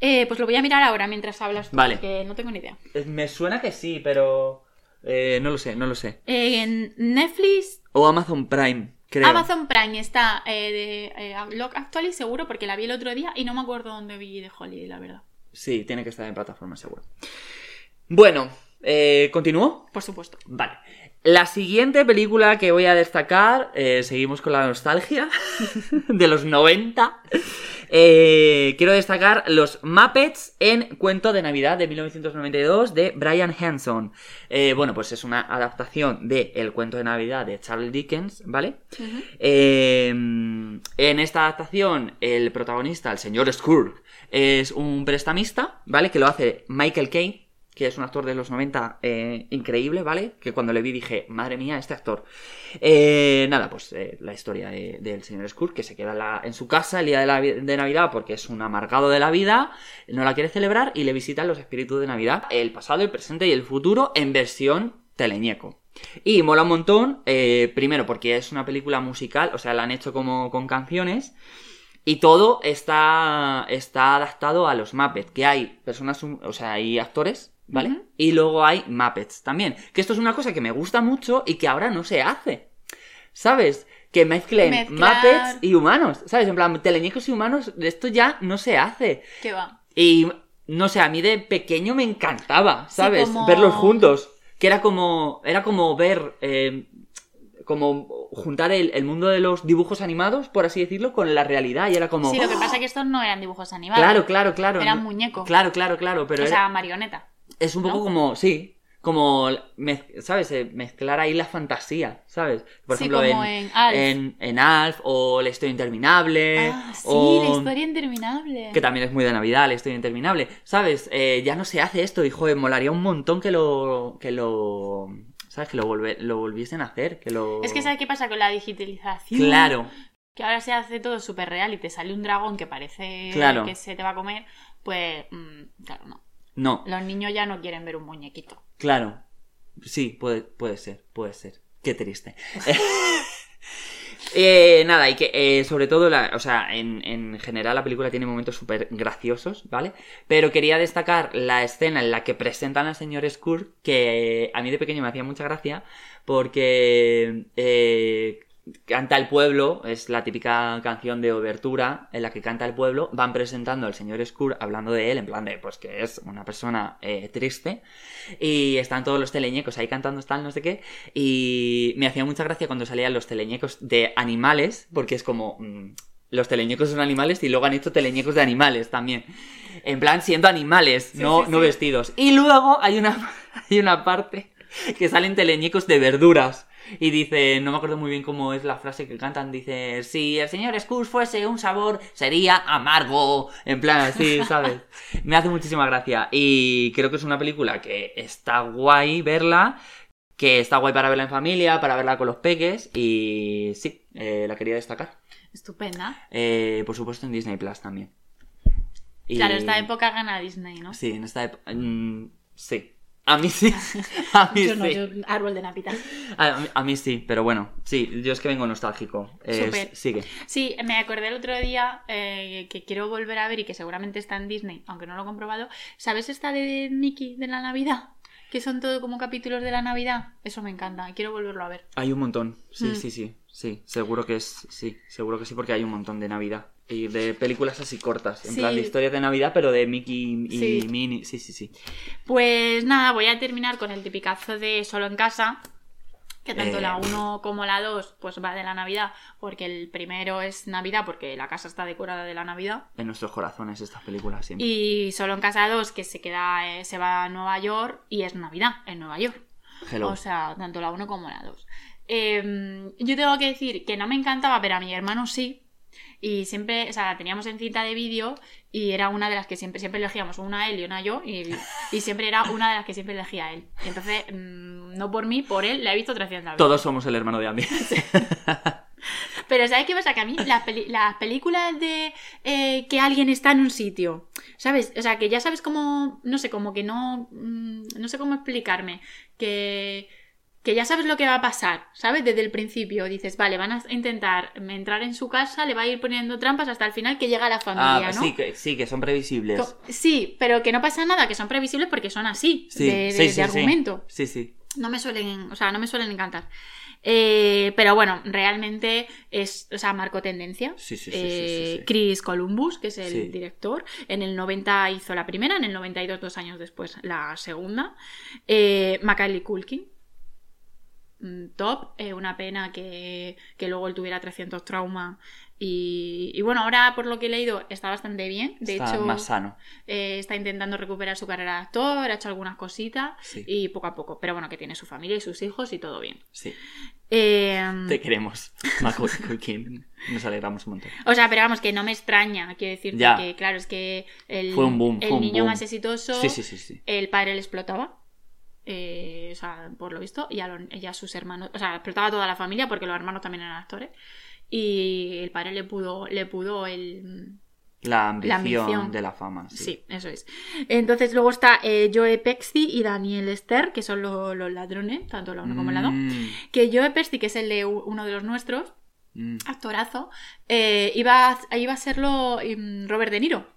Speaker 2: Eh, pues lo voy a mirar ahora mientras hablas, tú,
Speaker 1: Vale.
Speaker 2: porque no tengo ni idea.
Speaker 1: Eh, Me suena que sí, pero. eh, no lo sé, no lo sé.
Speaker 2: Eh, en Netflix,
Speaker 1: O Amazon Prime, creo.
Speaker 2: Amazon Prime está eh, de eh, Lock Actually, seguro, porque la vi el otro día y no me acuerdo dónde vi de Holiday, la verdad.
Speaker 1: Sí, tiene que estar en plataforma, seguro. Bueno, eh, ¿continúo?
Speaker 2: Por supuesto.
Speaker 1: Vale. La siguiente película que voy a destacar, eh, seguimos con la nostalgia de los 90. Eh, quiero destacar Los Muppets en Cuento de Navidad de 1992 de Brian Hanson. Eh, bueno, pues es una adaptación de El Cuento de Navidad de Charles Dickens, ¿vale?
Speaker 2: Ujú.
Speaker 1: Eh, en esta adaptación, el protagonista, el señor Skurr, es un prestamista, ¿vale? Que lo hace Michael Caine, que es un actor de los 90 eh, increíble, ¿vale? Que cuando le vi dije, madre mía, este actor. Eh, nada, pues eh, la historia de- del señor Skurr, que se queda en la- en su casa el día de, la- de Navidad porque es un amargado de la vida, no la quiere celebrar y le visitan los espíritus de Navidad, el pasado, el presente y el futuro en versión teleñeco. Y mola un montón, eh, primero porque es una película musical, o sea, la han hecho como con canciones. Y todo está, está adaptado a los Muppets, que hay personas, hum- o sea, hay actores, ¿vale?
Speaker 2: Ujú.
Speaker 1: Y luego hay Muppets también. Que esto es una cosa que me gusta mucho y que ahora no se hace. ¿Sabes? Que mezclen
Speaker 2: Mezclar.
Speaker 1: Muppets y humanos, ¿sabes? En plan, teleñecos y humanos, esto ya no se hace.
Speaker 2: ¿Qué va?
Speaker 1: Y no sé, a mí de pequeño me encantaba,
Speaker 2: Sí,
Speaker 1: ¿sabes?
Speaker 2: como-
Speaker 1: Verlos juntos. Que era como. Era como ver. eh, como juntar el, el mundo de los dibujos animados, por así decirlo, con la realidad. Y era como. ¡Ah!
Speaker 2: Sí, lo que pasa es que estos no eran dibujos animados.
Speaker 1: Claro, claro, claro.
Speaker 2: Eran muñecos.
Speaker 1: Claro, claro, claro. Pero
Speaker 2: o
Speaker 1: era-
Speaker 2: sea, marioneta.
Speaker 1: es un poco
Speaker 2: ¿no?
Speaker 1: como. Sí. Como. mez- ¿Sabes? Eh, Mezclar ahí la fantasía, ¿sabes? Por
Speaker 2: Sí,
Speaker 1: ejemplo,
Speaker 2: como en Alf.
Speaker 1: en, en Alf o La historia interminable.
Speaker 2: Ah, sí,
Speaker 1: o...
Speaker 2: la historia interminable.
Speaker 1: Que también es muy de Navidad, la historia interminable. ¿Sabes? Eh, ya no se hace esto y, joder, molaría un montón que lo. que lo. ¿Sabes? Que lo, volve- lo volviesen a hacer. Que lo.
Speaker 2: Es que ¿sabes qué pasa con la digitalización?
Speaker 1: Claro.
Speaker 2: Que ahora se hace todo súper real y te sale un dragón que parece
Speaker 1: Claro.
Speaker 2: que se te va a comer. Pues, mm, claro, no.
Speaker 1: No,
Speaker 2: Los niños ya no quieren ver un muñequito.
Speaker 1: claro. Sí, puede, puede ser, puede ser. Qué triste. Eh, nada, y que eh, sobre todo, la, o sea, en, en general la película tiene momentos súper graciosos, ¿vale? Pero quería destacar la escena en la que presentan al señor Skur, que a mí de pequeño me hacía mucha gracia, porque eh, canta el pueblo, es la típica canción de obertura en la que canta el pueblo, van presentando al señor Skur, hablando de él, en plan de, pues que es una persona eh, triste, y están todos los teleñecos ahí cantando, están no sé qué, y me hacía mucha gracia cuando salían los teleñecos de animales, porque es como... mm, los teleñecos son animales y luego han hecho teleñecos de animales también. En plan, siendo animales, no,
Speaker 2: sí,
Speaker 1: no
Speaker 2: sí.
Speaker 1: vestidos. Y luego hay una, hay una parte que salen teleñecos de verduras. Y dice, no me acuerdo muy bien cómo es la frase que cantan, dice, si el señor Scrooge fuese un sabor, sería amargo. En plan, así, ¿sabes? Me hace muchísima gracia. Y creo que es una película que está guay verla, que está guay para verla en familia, para verla con los peques. Y sí, eh, la quería destacar.
Speaker 2: Estupenda.
Speaker 1: Eh, por supuesto en Disney Plus también. Y-
Speaker 2: Claro, esta época gana Disney, ¿no?
Speaker 1: Sí, en esta época... mm, sí. A mí sí. A mí
Speaker 2: Yo no,
Speaker 1: sí.
Speaker 2: yo árbol de Navidad.
Speaker 1: A, a mí- a mí sí, pero bueno, sí, yo es que vengo nostálgico. Eh,
Speaker 2: Súper.
Speaker 1: sigue.
Speaker 2: Sí, me acordé el otro día eh, que quiero volver a ver y que seguramente está en Disney, aunque no lo he comprobado. ¿Sabes esta de Mickey de la Navidad? Que son todo como capítulos de la Navidad. Eso me encanta, quiero volverlo a ver.
Speaker 1: Hay un montón. Sí,
Speaker 2: Mm.
Speaker 1: sí, sí. Sí, seguro que es. Sí, seguro que sí, porque hay un montón de Navidad. Y de películas así cortas. En
Speaker 2: Sí.
Speaker 1: plan de historias de Navidad, pero de Mickey y
Speaker 2: Sí.
Speaker 1: Minnie. Sí, sí, sí.
Speaker 2: Pues nada, voy a terminar con el tipicazo de Solo en Casa. Que tanto
Speaker 1: Eh.
Speaker 2: la 1 como la 2 pues va de la Navidad, porque el primero es Navidad, porque la casa está decorada de la Navidad.
Speaker 1: En nuestros corazones estas películas siempre.
Speaker 2: Y Solo en Casa 2, que se queda, eh, se va a Nueva York y es Navidad en Nueva York.
Speaker 1: Hello.
Speaker 2: O sea, tanto la 1 como la 2. Eh, yo tengo que decir que no me encantaba, pero a mi hermano sí. Y siempre, o sea, la teníamos en cinta de vídeo y era una de las que siempre, siempre elegíamos, una él y una yo, y, y siempre era una de las que siempre elegía él. Y entonces, mm, no por mí, por él, la he visto 300 veces.
Speaker 1: Todos somos el hermano de Andy.
Speaker 2: Pero Pero ¿sabes qué pasa? Que a mí las, peli- las películas de eh, que alguien está en un sitio, ¿sabes? O sea, que ya sabes cómo, no sé, como que no, mm, no sé cómo explicarme, que, que ya sabes lo que va a pasar, ¿sabes? Desde el principio dices, vale, van a intentar entrar en su casa, le va a ir poniendo trampas hasta el final que llega la
Speaker 1: Ah,
Speaker 2: familia, ¿no?
Speaker 1: sí, que, sí, que son previsibles.
Speaker 2: Co- Sí, pero que no pasa nada, que son previsibles porque son así,
Speaker 1: Sí,
Speaker 2: de, de-
Speaker 1: sí, sí,
Speaker 2: de
Speaker 1: sí.
Speaker 2: argumento.
Speaker 1: Sí, sí.
Speaker 2: No me suelen, o sea, no me suelen encantar. Eh, pero bueno, realmente es, o sea, marcó tendencia.
Speaker 1: Sí, sí, sí, sí,
Speaker 2: Eh,
Speaker 1: sí, sí.
Speaker 2: Chris Columbus, que es el
Speaker 1: Sí.
Speaker 2: director, en el 90 hizo la primera, en el 92, dos años después, la segunda. Eh, Macaulay Culkin, mm, top, eh, una pena que, que luego él tuviera 300 traumas. Y, y bueno, ahora por lo que he leído está bastante bien. De
Speaker 1: Está
Speaker 2: hecho,
Speaker 1: más sano.
Speaker 2: eh, está intentando recuperar su carrera de actor, ha hecho algunas cositas
Speaker 1: Sí.
Speaker 2: y poco a poco. Pero bueno, que tiene su familia y sus hijos y todo bien.
Speaker 1: Sí.
Speaker 2: Eh,
Speaker 1: Te queremos, Macaulay Culkin. Nos alegramos un montón.
Speaker 2: O sea, pero vamos, que no me extraña, quiero decir
Speaker 1: Ya.
Speaker 2: que claro, es que el,
Speaker 1: Fue un boom,
Speaker 2: el
Speaker 1: fue un
Speaker 2: niño
Speaker 1: boom.
Speaker 2: más exitoso,
Speaker 1: Sí, sí, sí, sí.
Speaker 2: el padre le explotaba. eh, o sea, por lo visto, y a, los- y a sus hermanos, o sea, explotaba a toda la familia porque los hermanos también eran actores. Y el padre le pudo, le pudo el,
Speaker 1: La ambición,
Speaker 2: ambición.
Speaker 1: de la fama. Sí.
Speaker 2: Sí, eso es. Entonces luego está eh, Joe Pesci y Daniel Stern, que son lo- los ladrones, tanto la uno como la dos.
Speaker 1: Mm,
Speaker 2: Que Joe Pesci, que es el de u- uno de los nuestros,
Speaker 1: mm.
Speaker 2: actorazo, eh, iba, a, iba a serlo mm, Robert De Niro.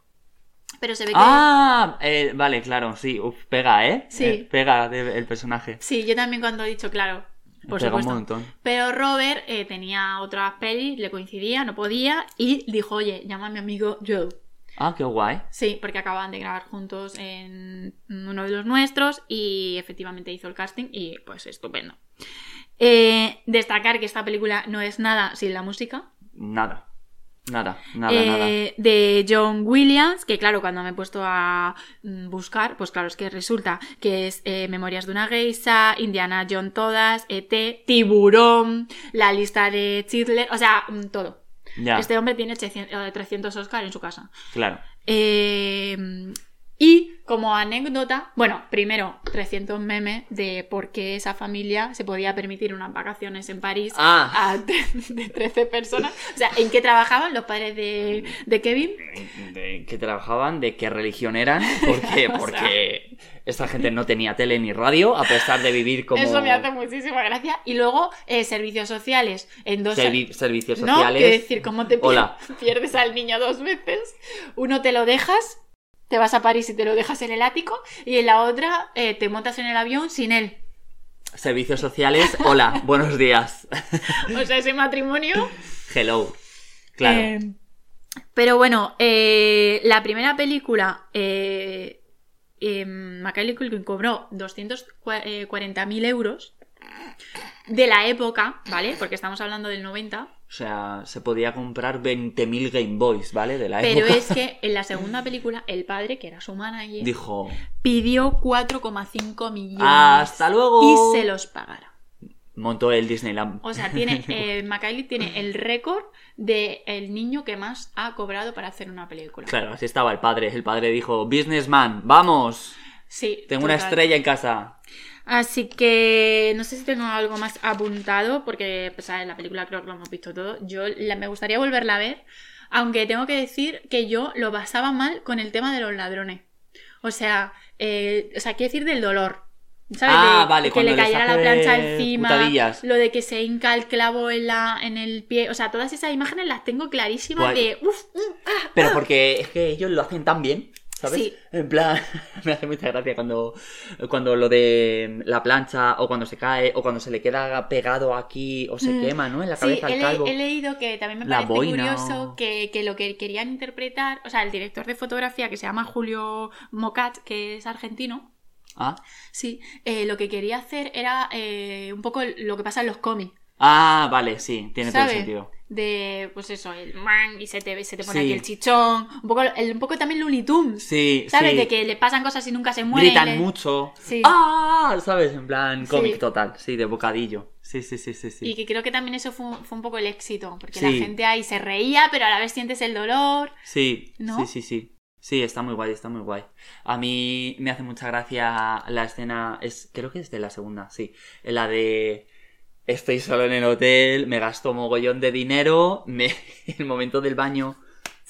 Speaker 2: Pero se ve que...
Speaker 1: Ah, eh, vale, claro, sí. Uf, pega, ¿eh?
Speaker 2: Sí.
Speaker 1: Eh, pega de- el personaje.
Speaker 2: Sí, yo también cuando he dicho, claro, por
Speaker 1: pega
Speaker 2: supuesto.
Speaker 1: un montón.
Speaker 2: Pero Robert eh, tenía otras pelis, le coincidía, no podía, y dijo, oye, llama a mi amigo Joe.
Speaker 1: Ah, qué guay.
Speaker 2: Sí, porque acababan de grabar juntos en uno de los nuestros y efectivamente hizo el casting y pues estupendo. Eh, destacar que esta película no es nada sin la música
Speaker 1: Nada. Nada, nada, nada.
Speaker 2: eh, de John Williams, que claro, cuando me he puesto a mm, buscar, pues claro, es que resulta que es eh, Memorias de una Geisa, Indiana John Todas, ET, Tiburón, la lista de Chitler, o sea, mm, todo.
Speaker 1: Ya,
Speaker 2: Este hombre tiene 800, eh, 300 Oscar en su casa.
Speaker 1: claro.
Speaker 2: Eh, y como anécdota, bueno, primero 300 memes de por qué esa familia se podía permitir unas vacaciones en París
Speaker 1: Ah,
Speaker 2: a tre- de 13 personas. O sea, ¿en qué trabajaban los padres de, de Kevin?
Speaker 1: de qué trabajaban, de qué religión eran, porque,
Speaker 2: O sea.
Speaker 1: porque esta gente no tenía tele ni radio, a pesar de vivir como
Speaker 2: Eso me hace muchísima gracia. Y luego eh, servicios sociales en dos
Speaker 1: servi- servicios
Speaker 2: No,
Speaker 1: sociales.
Speaker 2: quiero decir, ¿cómo te pier-
Speaker 1: Hola.
Speaker 2: pierdes al niño dos veces? Uno te lo dejas, te vas a París y te lo dejas en el ático, y en la otra eh, te montas en el avión sin él.
Speaker 1: Servicios sociales, hola, buenos días.
Speaker 2: O sea, ese matrimonio
Speaker 1: Hello. Claro.
Speaker 2: Eh, pero bueno, eh, la primera película, eh, em, Macaulay Culkin cobró 240.000 euros de la época, ¿vale? Porque estamos hablando del 90.
Speaker 1: O sea, se podía comprar 20.000 Game Boys, ¿vale? De la
Speaker 2: Pero
Speaker 1: época.
Speaker 2: es que en la segunda película, el padre, que era su manager,
Speaker 1: Dijo,
Speaker 2: pidió 4,5 millones
Speaker 1: hasta
Speaker 2: y
Speaker 1: luego.
Speaker 2: se los pagaron.
Speaker 1: Montó el Disneyland.
Speaker 2: O sea, tiene, eh, Macaulay tiene el récord de el niño que más ha cobrado para hacer una película.
Speaker 1: Claro, así estaba el padre. El padre dijo, businessman, vamos.
Speaker 2: Sí,
Speaker 1: Tengo una
Speaker 2: total.
Speaker 1: estrella en casa.
Speaker 2: Así que no sé si tengo algo más apuntado, porque pues, ¿sabes? la película creo que lo hemos visto todo. Yo la- me gustaría volverla a ver, aunque tengo que decir que yo lo basaba mal con el tema de los ladrones. O sea, eh, o sea quiero decir del dolor. ¿Sabes?
Speaker 1: Ah,
Speaker 2: De-
Speaker 1: vale,
Speaker 2: que
Speaker 1: cuando
Speaker 2: le
Speaker 1: les
Speaker 2: cayera la
Speaker 1: hace
Speaker 2: plancha encima,
Speaker 1: putadillas.
Speaker 2: lo de que se hinca el clavo en, la, en el pie. O sea, todas esas imágenes las tengo clarísimas
Speaker 1: Guay.
Speaker 2: de uff, mm,
Speaker 1: Pero porque es que ellos lo hacen tan bien, ¿sabes?
Speaker 2: Sí.
Speaker 1: En plan, me hace mucha gracia cuando, cuando lo de la plancha, o cuando se cae, o cuando se le queda pegado aquí, o se
Speaker 2: Mm.
Speaker 1: quema, ¿no? En la
Speaker 2: Sí,
Speaker 1: cabeza
Speaker 2: he,
Speaker 1: el
Speaker 2: le-
Speaker 1: calvo.
Speaker 2: he leído que también me
Speaker 1: La
Speaker 2: parece
Speaker 1: boina
Speaker 2: curioso
Speaker 1: o-
Speaker 2: que, que lo que querían interpretar, o sea, el director de fotografía que se llama Julio Mocat, que es argentino,
Speaker 1: Ah,
Speaker 2: sí, eh, lo que quería hacer era eh, un poco lo que pasa en los cómics,
Speaker 1: Ah, vale, sí, tiene todo el
Speaker 2: ¿Sabe?
Speaker 1: sentido.
Speaker 2: de pues eso, el man y se te, se te pone
Speaker 1: Sí.
Speaker 2: aquí el chichón, un poco, el- un poco también Looney Tunes,
Speaker 1: Sí,
Speaker 2: ¿sabes?
Speaker 1: sí.
Speaker 2: De que le pasan cosas y nunca se mueren.
Speaker 1: Gritan
Speaker 2: le-
Speaker 1: mucho.
Speaker 2: Sí.
Speaker 1: ¡Ah! ¿Sabes? En plan
Speaker 2: Sí.
Speaker 1: cómic total, sí, de bocadillo. Sí, sí, sí, sí, sí.
Speaker 2: Y que creo que también eso fue, fue un poco el éxito, porque
Speaker 1: Sí.
Speaker 2: la gente ahí se reía, pero a la vez sientes el dolor.
Speaker 1: Sí,
Speaker 2: ¿No?
Speaker 1: sí, sí, sí. Sí, está muy guay, está muy guay. A mí me hace mucha gracia la escena, es creo que es de la segunda, sí, la de Estoy solo en el hotel, me gasto mogollón de dinero, me... el momento del baño.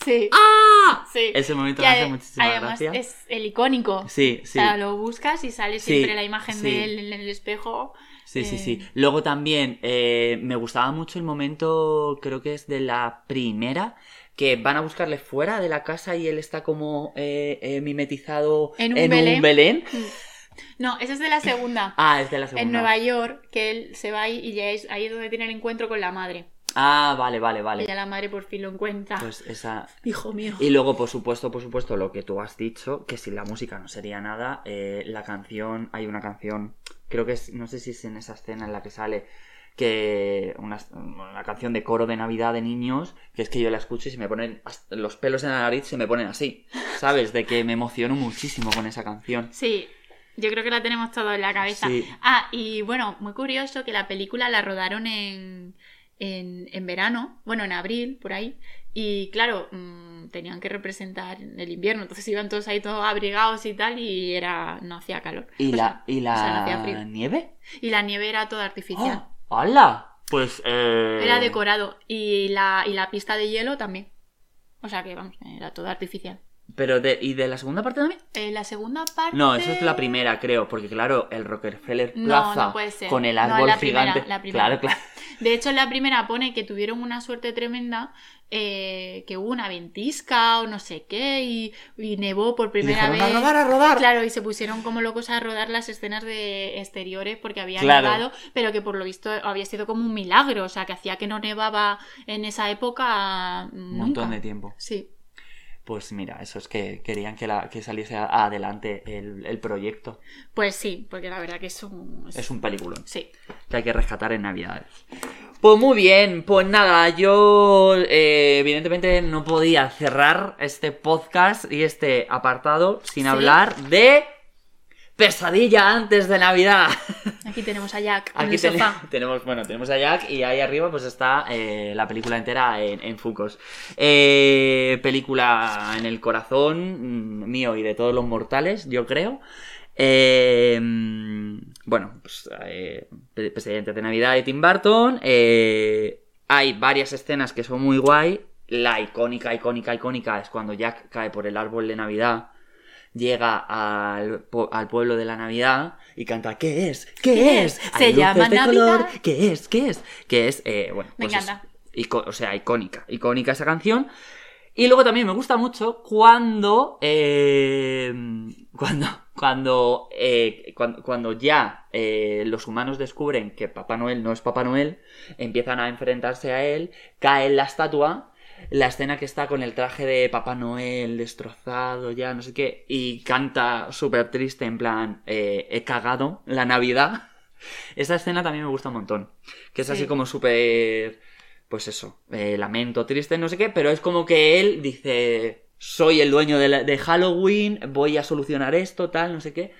Speaker 2: Sí.
Speaker 1: ¡Ah!
Speaker 2: Sí.
Speaker 1: Ese momento
Speaker 2: Y
Speaker 1: me hace
Speaker 2: ade-
Speaker 1: muchísima
Speaker 2: además
Speaker 1: gracia.
Speaker 2: es el icónico.
Speaker 1: Sí, sí.
Speaker 2: O sea, lo buscas y sale
Speaker 1: Sí,
Speaker 2: siempre la imagen
Speaker 1: sí.
Speaker 2: de él en el espejo.
Speaker 1: Sí, sí, sí.
Speaker 2: Eh.
Speaker 1: Luego también eh, me gustaba mucho el momento, creo que es de la primera, que van a buscarle fuera de la casa y él está como eh, eh, mimetizado
Speaker 2: En un Belén.
Speaker 1: Belén.
Speaker 2: Mm. No, esa es de la segunda.
Speaker 1: Ah, es de la segunda.
Speaker 2: En Nueva York, que él se va ahí y ya es ahí es donde tiene el encuentro con la madre.
Speaker 1: Ah, vale, vale,
Speaker 2: Y
Speaker 1: vale.
Speaker 2: ya la madre por fin lo encuentra.
Speaker 1: Pues esa.
Speaker 2: Hijo mío.
Speaker 1: Y luego, por supuesto, por supuesto, lo que tú has dicho, que sin la música no sería nada, eh, la canción, hay una canción, creo que es, no sé si es en esa escena en la que sale que una, una canción de coro de Navidad de niños, que es que yo la escucho y se me ponen hasta- los pelos en la nariz, se me ponen así, ¿sabes? De que me emociono muchísimo con esa canción.
Speaker 2: Sí, yo creo que la tenemos todo en la cabeza.
Speaker 1: Sí.
Speaker 2: Ah, y bueno, muy curioso que la película la rodaron en, en, en verano, bueno, en abril, por ahí. Y claro, mm, tenían que representar el invierno, entonces iban todos ahí todos abrigados y tal, y era no hacía calor.
Speaker 1: ¿Y
Speaker 2: O
Speaker 1: la, y
Speaker 2: o sea, Pues no hacía
Speaker 1: la
Speaker 2: frío.
Speaker 1: nieve?
Speaker 2: sea, y la nieve era toda artificial.
Speaker 1: ¡Oh! ¡Hala! Pues... eh,
Speaker 2: Era decorado. Y la, y la pista de hielo también. O sea que, vamos, era todo artificial.
Speaker 1: Pero de, ¿Y de la segunda parte también?
Speaker 2: Eh, la segunda parte...
Speaker 1: No, eso es la primera, creo, porque claro, el Rockefeller
Speaker 2: No,
Speaker 1: Plaza
Speaker 2: no puede ser.
Speaker 1: con el
Speaker 2: No,
Speaker 1: árbol
Speaker 2: la primera,
Speaker 1: gigante.
Speaker 2: la primera.
Speaker 1: Claro, claro.
Speaker 2: De hecho, en la primera pone que tuvieron una suerte tremenda, eh, que hubo una ventisca o no sé qué, y, y nevó por
Speaker 1: Y
Speaker 2: primera
Speaker 1: dijeron,
Speaker 2: vez.
Speaker 1: a rodar, a rodar.
Speaker 2: Claro, y se pusieron como locos a rodar las escenas de exteriores porque había
Speaker 1: Claro.
Speaker 2: nevado, pero que por lo visto había sido como un milagro, o sea, que hacía que no nevaba en esa época.
Speaker 1: Un montón de
Speaker 2: tiempo.
Speaker 1: tiempo.
Speaker 2: Sí.
Speaker 1: Pues mira, eso es que querían que, la, que saliese a- adelante el, el proyecto.
Speaker 2: Pues sí, porque la verdad que es un.
Speaker 1: Es un peliculón
Speaker 2: Sí.
Speaker 1: que hay que rescatar en Navidades. Pues muy bien, pues nada, yo eh, evidentemente no podía cerrar este podcast y este apartado sin
Speaker 2: Sí.
Speaker 1: hablar de Pesadilla antes de Navidad.
Speaker 2: Aquí tenemos a Jack en
Speaker 1: Aquí
Speaker 2: el
Speaker 1: ten-
Speaker 2: sofá.
Speaker 1: tenemos, bueno, tenemos a Jack y ahí arriba pues está eh, la película entera en, en Fucos. Eh, película en el corazón mm, mío y de todos los mortales, yo creo. Eh, mm, bueno, pues eh, Pe- Pesadilla antes de Navidad de Tim Burton. Eh, hay varias escenas que son muy guay. La icónica, icónica, icónica es cuando Jack cae por el árbol de Navidad llega al, po- al pueblo de la Navidad y canta ¿Qué es? ¿Qué,
Speaker 2: ¿Qué
Speaker 1: es?
Speaker 2: es?
Speaker 1: Hay
Speaker 2: Se
Speaker 1: luces
Speaker 2: llama
Speaker 1: de
Speaker 2: Navidad.
Speaker 1: color. ¿Qué es? ¿Qué es? Que es, eh, bueno,
Speaker 2: Me
Speaker 1: pues es
Speaker 2: encanta.
Speaker 1: ico- o sea, icónica, icónica esa canción. Y luego también me gusta mucho cuando, eh, cuando, cuando, eh, cuando, cuando ya eh, los humanos descubren que Papá Noel no es Papá Noel, empiezan a enfrentarse a él, cae en la estatua, la escena que está con el traje de Papá Noel destrozado ya, no sé qué, y canta súper triste en plan, eh, he cagado la Navidad. Esa escena también me gusta un montón, que es así
Speaker 2: Sí.
Speaker 1: como súper, pues eso, eh, lamento, triste, no sé qué, pero es como que él dice, soy el dueño de, la- de Halloween, voy a solucionar esto, tal, no sé qué.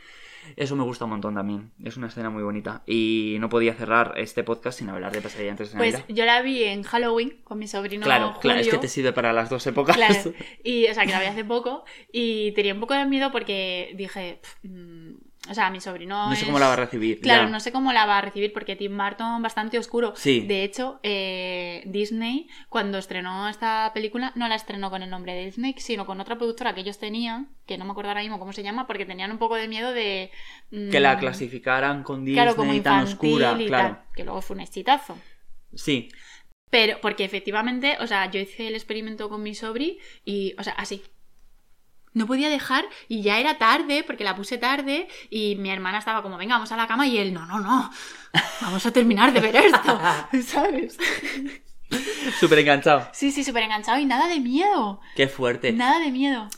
Speaker 1: Eso me gusta un montón también. Es una escena muy bonita. Y no podía cerrar este podcast sin hablar de Pesadilla antes de
Speaker 2: Pues
Speaker 1: Navidad.
Speaker 2: yo la vi en Halloween con mi sobrino.
Speaker 1: Ah, claro, claro, es que
Speaker 2: Julio.
Speaker 1: te sirve para las dos épocas.
Speaker 2: Claro. Y, o sea, que la vi hace poco y tenía un poco de miedo porque dije, "Pf, mm", o sea, mi sobrino...
Speaker 1: no sé
Speaker 2: es-
Speaker 1: cómo la va a recibir.
Speaker 2: Claro,
Speaker 1: ya.
Speaker 2: no sé cómo la va a recibir porque Tim Burton bastante oscuro.
Speaker 1: Sí.
Speaker 2: De hecho, eh, Disney cuando estrenó esta película no la estrenó con el nombre de Disney, sino con otra productora que ellos tenían, que no me acuerdo ahora mismo cómo se llama, porque tenían un poco de miedo de mm,
Speaker 1: Que la clasificaran con Disney
Speaker 2: claro como
Speaker 1: tan
Speaker 2: infantil
Speaker 1: oscura.
Speaker 2: y
Speaker 1: claro.
Speaker 2: tal, que luego fue un exitazo.
Speaker 1: Sí.
Speaker 2: Pero, porque efectivamente, o sea, yo hice el experimento con mi sobri y, o sea, así. No podía dejar y ya era tarde, porque la puse tarde y mi hermana estaba como, venga, vamos a la cama y él, no, no, no, vamos a terminar de ver esto, ¿sabes?
Speaker 1: Súper enganchado.
Speaker 2: Sí, sí, súper enganchado y nada de miedo,
Speaker 1: Qué fuerte.
Speaker 2: nada de miedo.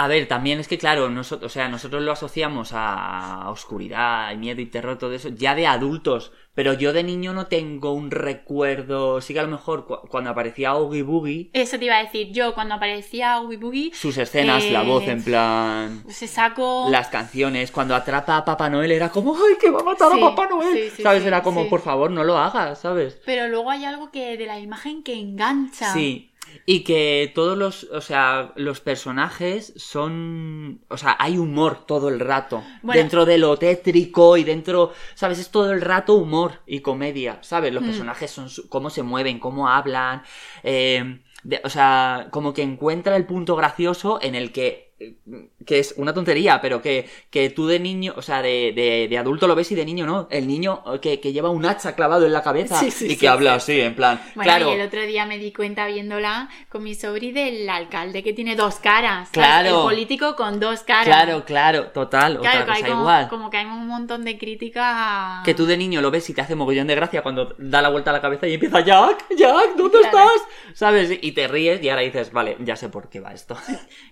Speaker 1: A ver, también es que, claro, nosotros, o sea, nosotros lo asociamos a oscuridad, y miedo y terror, todo eso, ya de adultos. Pero yo de niño no tengo un recuerdo. Sí que a lo mejor cu- cuando aparecía Oogie Boogie,
Speaker 2: Eso te iba a decir, yo cuando aparecía Oogie Boogie,
Speaker 1: sus escenas,
Speaker 2: Eh, oh.
Speaker 1: la voz en plan.
Speaker 2: se saco...
Speaker 1: Las canciones, cuando atrapa a Papá Noel era como, ¡ay, que va a matar
Speaker 2: Sí,
Speaker 1: a Papá Noel!
Speaker 2: sí, sí,
Speaker 1: ¿Sabes?
Speaker 2: sí,
Speaker 1: era como,
Speaker 2: sí.
Speaker 1: por favor, no lo hagas, ¿sabes?
Speaker 2: Pero luego hay algo que de la imagen que engancha.
Speaker 1: Sí, Y que todos los, o sea, los personajes son, o sea, hay humor todo el rato.
Speaker 2: Bueno.
Speaker 1: Dentro de lo tétrico y dentro, ¿sabes? Es todo el rato humor y comedia, ¿sabes? Los
Speaker 2: Mm.
Speaker 1: personajes son, su- cómo se mueven, cómo hablan, eh, de- o sea, como que encuentra el punto gracioso en el que eh, que es una tontería, pero que, que tú de niño, o sea, de, de, de adulto lo ves y de niño no. El niño eh, que, que lleva un hacha clavado en la cabeza
Speaker 2: Sí, sí,
Speaker 1: y
Speaker 2: sí,
Speaker 1: que habla así, en plan.
Speaker 2: Bueno,
Speaker 1: claro,
Speaker 2: y el otro día me di cuenta viéndola con mi sobri del alcalde que tiene dos caras. ¿sabes?
Speaker 1: Claro.
Speaker 2: El político con dos caras.
Speaker 1: Claro, claro, total,
Speaker 2: Claro, que
Speaker 1: otra
Speaker 2: hay
Speaker 1: cosa
Speaker 2: como,
Speaker 1: igual.
Speaker 2: como que hay un montón de crítica.
Speaker 1: Que tú de niño lo ves y te hace mogollón de gracia cuando da la vuelta a la cabeza y empieza Jack, Jack, ¿dónde
Speaker 2: Claro.
Speaker 1: estás? ¿Sabes? Y te ríes y ahora dices, vale, ya sé por qué va esto.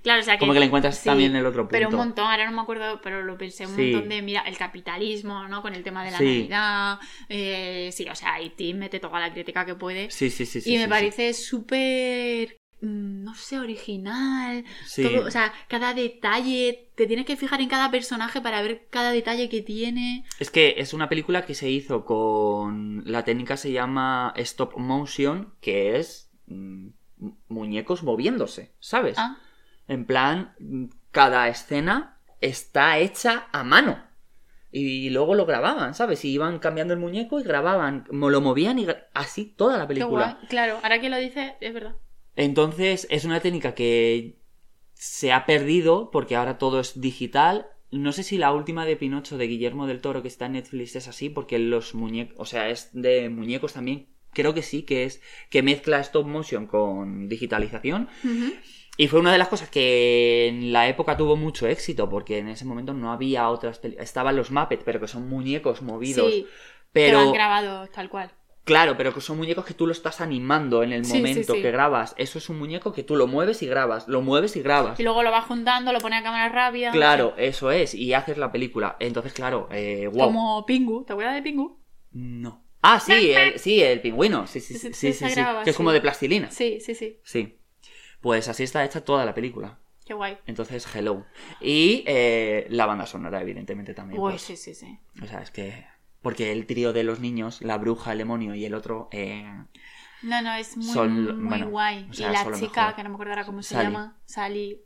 Speaker 2: Claro, o sea que.
Speaker 1: Como que le encuentras
Speaker 2: sí,
Speaker 1: también el otro
Speaker 2: Pero un
Speaker 1: punto.
Speaker 2: montón, ahora no me acuerdo, pero lo pensé un
Speaker 1: Sí.
Speaker 2: montón de, mira, el capitalismo, ¿no? Con el tema de la
Speaker 1: Sí.
Speaker 2: Navidad. eh, sí, o sea, y Tim mete toda la crítica que puede.
Speaker 1: Sí, sí, sí, sí.
Speaker 2: y me
Speaker 1: sí,
Speaker 2: parece súper. mm, No sé, original.
Speaker 1: Sí.
Speaker 2: Todo, o sea, cada detalle. Te tienes que fijar en cada personaje para ver cada detalle que tiene.
Speaker 1: Es que es una película que se hizo con. La técnica se llama stop motion, que es mm, mu- muñecos moviéndose, ¿sabes?
Speaker 2: Ah,
Speaker 1: En plan, mm, cada escena está hecha a mano. Y luego lo grababan, ¿sabes? Y iban cambiando el muñeco y grababan, mo- lo movían y gra- así toda la
Speaker 2: qué
Speaker 1: película.
Speaker 2: guay. Claro, ahora que lo dices, es verdad.
Speaker 1: Entonces, es una técnica que se ha perdido porque ahora todo es digital. No sé si la última de Pinocho de Guillermo del Toro que está en Netflix es así, porque los muñecos, o sea, es de muñecos también. Creo que sí, que es que mezcla stop motion con digitalización.
Speaker 2: Ujú.
Speaker 1: Y fue una de las cosas que en la época tuvo mucho éxito, porque en ese momento no había otras peli- Estaban los Muppets, pero que son muñecos movidos.
Speaker 2: Sí,
Speaker 1: pero
Speaker 2: pero... han grabado tal cual.
Speaker 1: Claro, pero que son muñecos que tú lo estás animando en el
Speaker 2: Sí, sí,
Speaker 1: momento
Speaker 2: sí.
Speaker 1: que grabas. Eso es un muñeco que tú lo mueves y grabas, lo mueves y grabas.
Speaker 2: Y luego lo va juntando, lo pone a cámara rápida.
Speaker 1: Claro, eso es, y haces la película. Entonces, claro, eh, wow.
Speaker 2: Como Pingu, ¿te acuerdas de Pingu?
Speaker 1: No. Ah, sí, el, sí, el pingüino. Sí, sí,
Speaker 2: Sí,
Speaker 1: sí, sí,
Speaker 2: sí, se
Speaker 1: sí,
Speaker 2: graba,
Speaker 1: Que es
Speaker 2: sí.
Speaker 1: como de plastilina.
Speaker 2: Sí, sí, sí.
Speaker 1: Sí. Pues así está hecha toda la película.
Speaker 2: Qué guay.
Speaker 1: Entonces, hello. Y eh, la banda sonora, evidentemente, también.
Speaker 2: Uy,
Speaker 1: pues.
Speaker 2: sí, sí, sí.
Speaker 1: O sea, es que. Porque el trío de los niños, la bruja, el demonio y el otro, eh,
Speaker 2: No, no, es muy,
Speaker 1: Son-
Speaker 2: muy
Speaker 1: bueno,
Speaker 2: guay.
Speaker 1: o sea,
Speaker 2: y la
Speaker 1: son lo
Speaker 2: chica,
Speaker 1: mejor.
Speaker 2: que no me acuerdo ahora cómo se
Speaker 1: Sally.
Speaker 2: llama, Sally.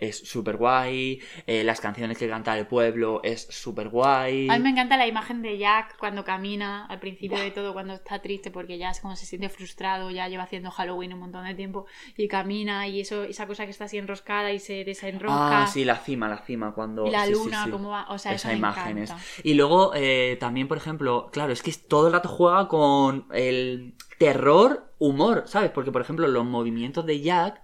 Speaker 1: es súper guay. las canciones que canta el pueblo es súper guay.
Speaker 2: A mí me encanta la imagen de Jack cuando camina al principio de todo, cuando está triste, porque ya es como se siente frustrado, ya lleva haciendo Halloween un montón de tiempo y camina y eso, esa cosa que está así enroscada y se desenrosca.
Speaker 1: Ah, sí, la cima, la cima, cuando...
Speaker 2: Y la
Speaker 1: sí, sí,
Speaker 2: luna,
Speaker 1: sí.
Speaker 2: cómo va. O sea,
Speaker 1: Esa
Speaker 2: eso me
Speaker 1: imagen es-
Speaker 2: encanta.
Speaker 1: Y luego eh, también, por ejemplo, claro, es que todo el rato juega con el terror, humor, ¿sabes? Porque, por ejemplo, los movimientos de Jack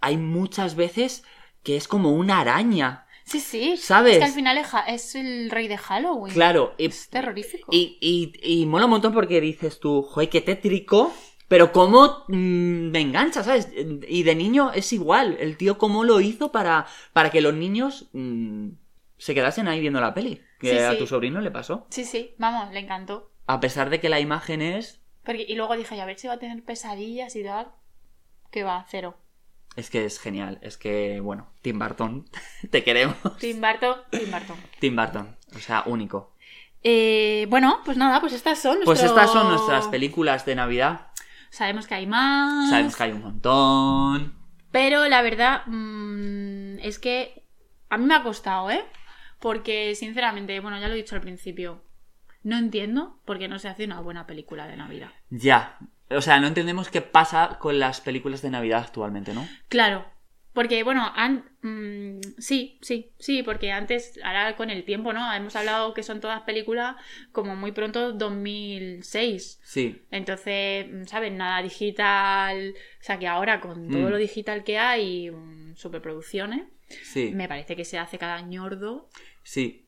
Speaker 1: hay muchas veces que es como una araña,
Speaker 2: Sí, sí.
Speaker 1: ¿Sabes?
Speaker 2: Es que al final es, ja- es el rey de Halloween.
Speaker 1: claro. Y,
Speaker 2: Es terrorífico.
Speaker 1: y, y, y mola un montón porque dices tú, joder, qué tétrico, pero cómo mm, me engancha, ¿sabes? Y de niño es igual, el tío cómo lo hizo para, para que los niños mm, se quedasen ahí viendo la peli, que
Speaker 2: Sí,
Speaker 1: a
Speaker 2: sí.
Speaker 1: tu sobrino le pasó.
Speaker 2: Sí, sí. Vamos, le encantó.
Speaker 1: A pesar de que la imagen es...
Speaker 2: Porque, y luego dije, "Y a ver si va a tener pesadillas y tal. Que va, cero.
Speaker 1: Es que es genial, es que, bueno, Tim Burton, te queremos.
Speaker 2: Tim Burton, Tim Burton.
Speaker 1: Tim Burton, o sea, único.
Speaker 2: Eh, bueno, pues nada, pues estas son
Speaker 1: Pues
Speaker 2: nuestro-
Speaker 1: estas son nuestras películas de Navidad.
Speaker 2: Sabemos que hay más.
Speaker 1: Sabemos que hay un montón.
Speaker 2: Pero la verdad mm, es que a mí me ha costado, ¿eh? Porque, sinceramente, bueno, ya lo he dicho al principio, no entiendo por qué no se hace una buena película de Navidad.
Speaker 1: Ya. O sea, no entendemos qué pasa con las películas de Navidad actualmente, ¿no?
Speaker 2: Claro, porque bueno, an- mm, sí, sí, sí, porque antes, ahora con el tiempo, ¿no? Hemos hablado que son todas películas como muy pronto 2006.
Speaker 1: Sí.
Speaker 2: Entonces, mm, ¿sabes? Nada digital. O sea, que ahora con todo
Speaker 1: Mm.
Speaker 2: lo digital que hay, mm, superproducciones,
Speaker 1: Sí.
Speaker 2: me parece que se hace cada ñordo.
Speaker 1: Sí.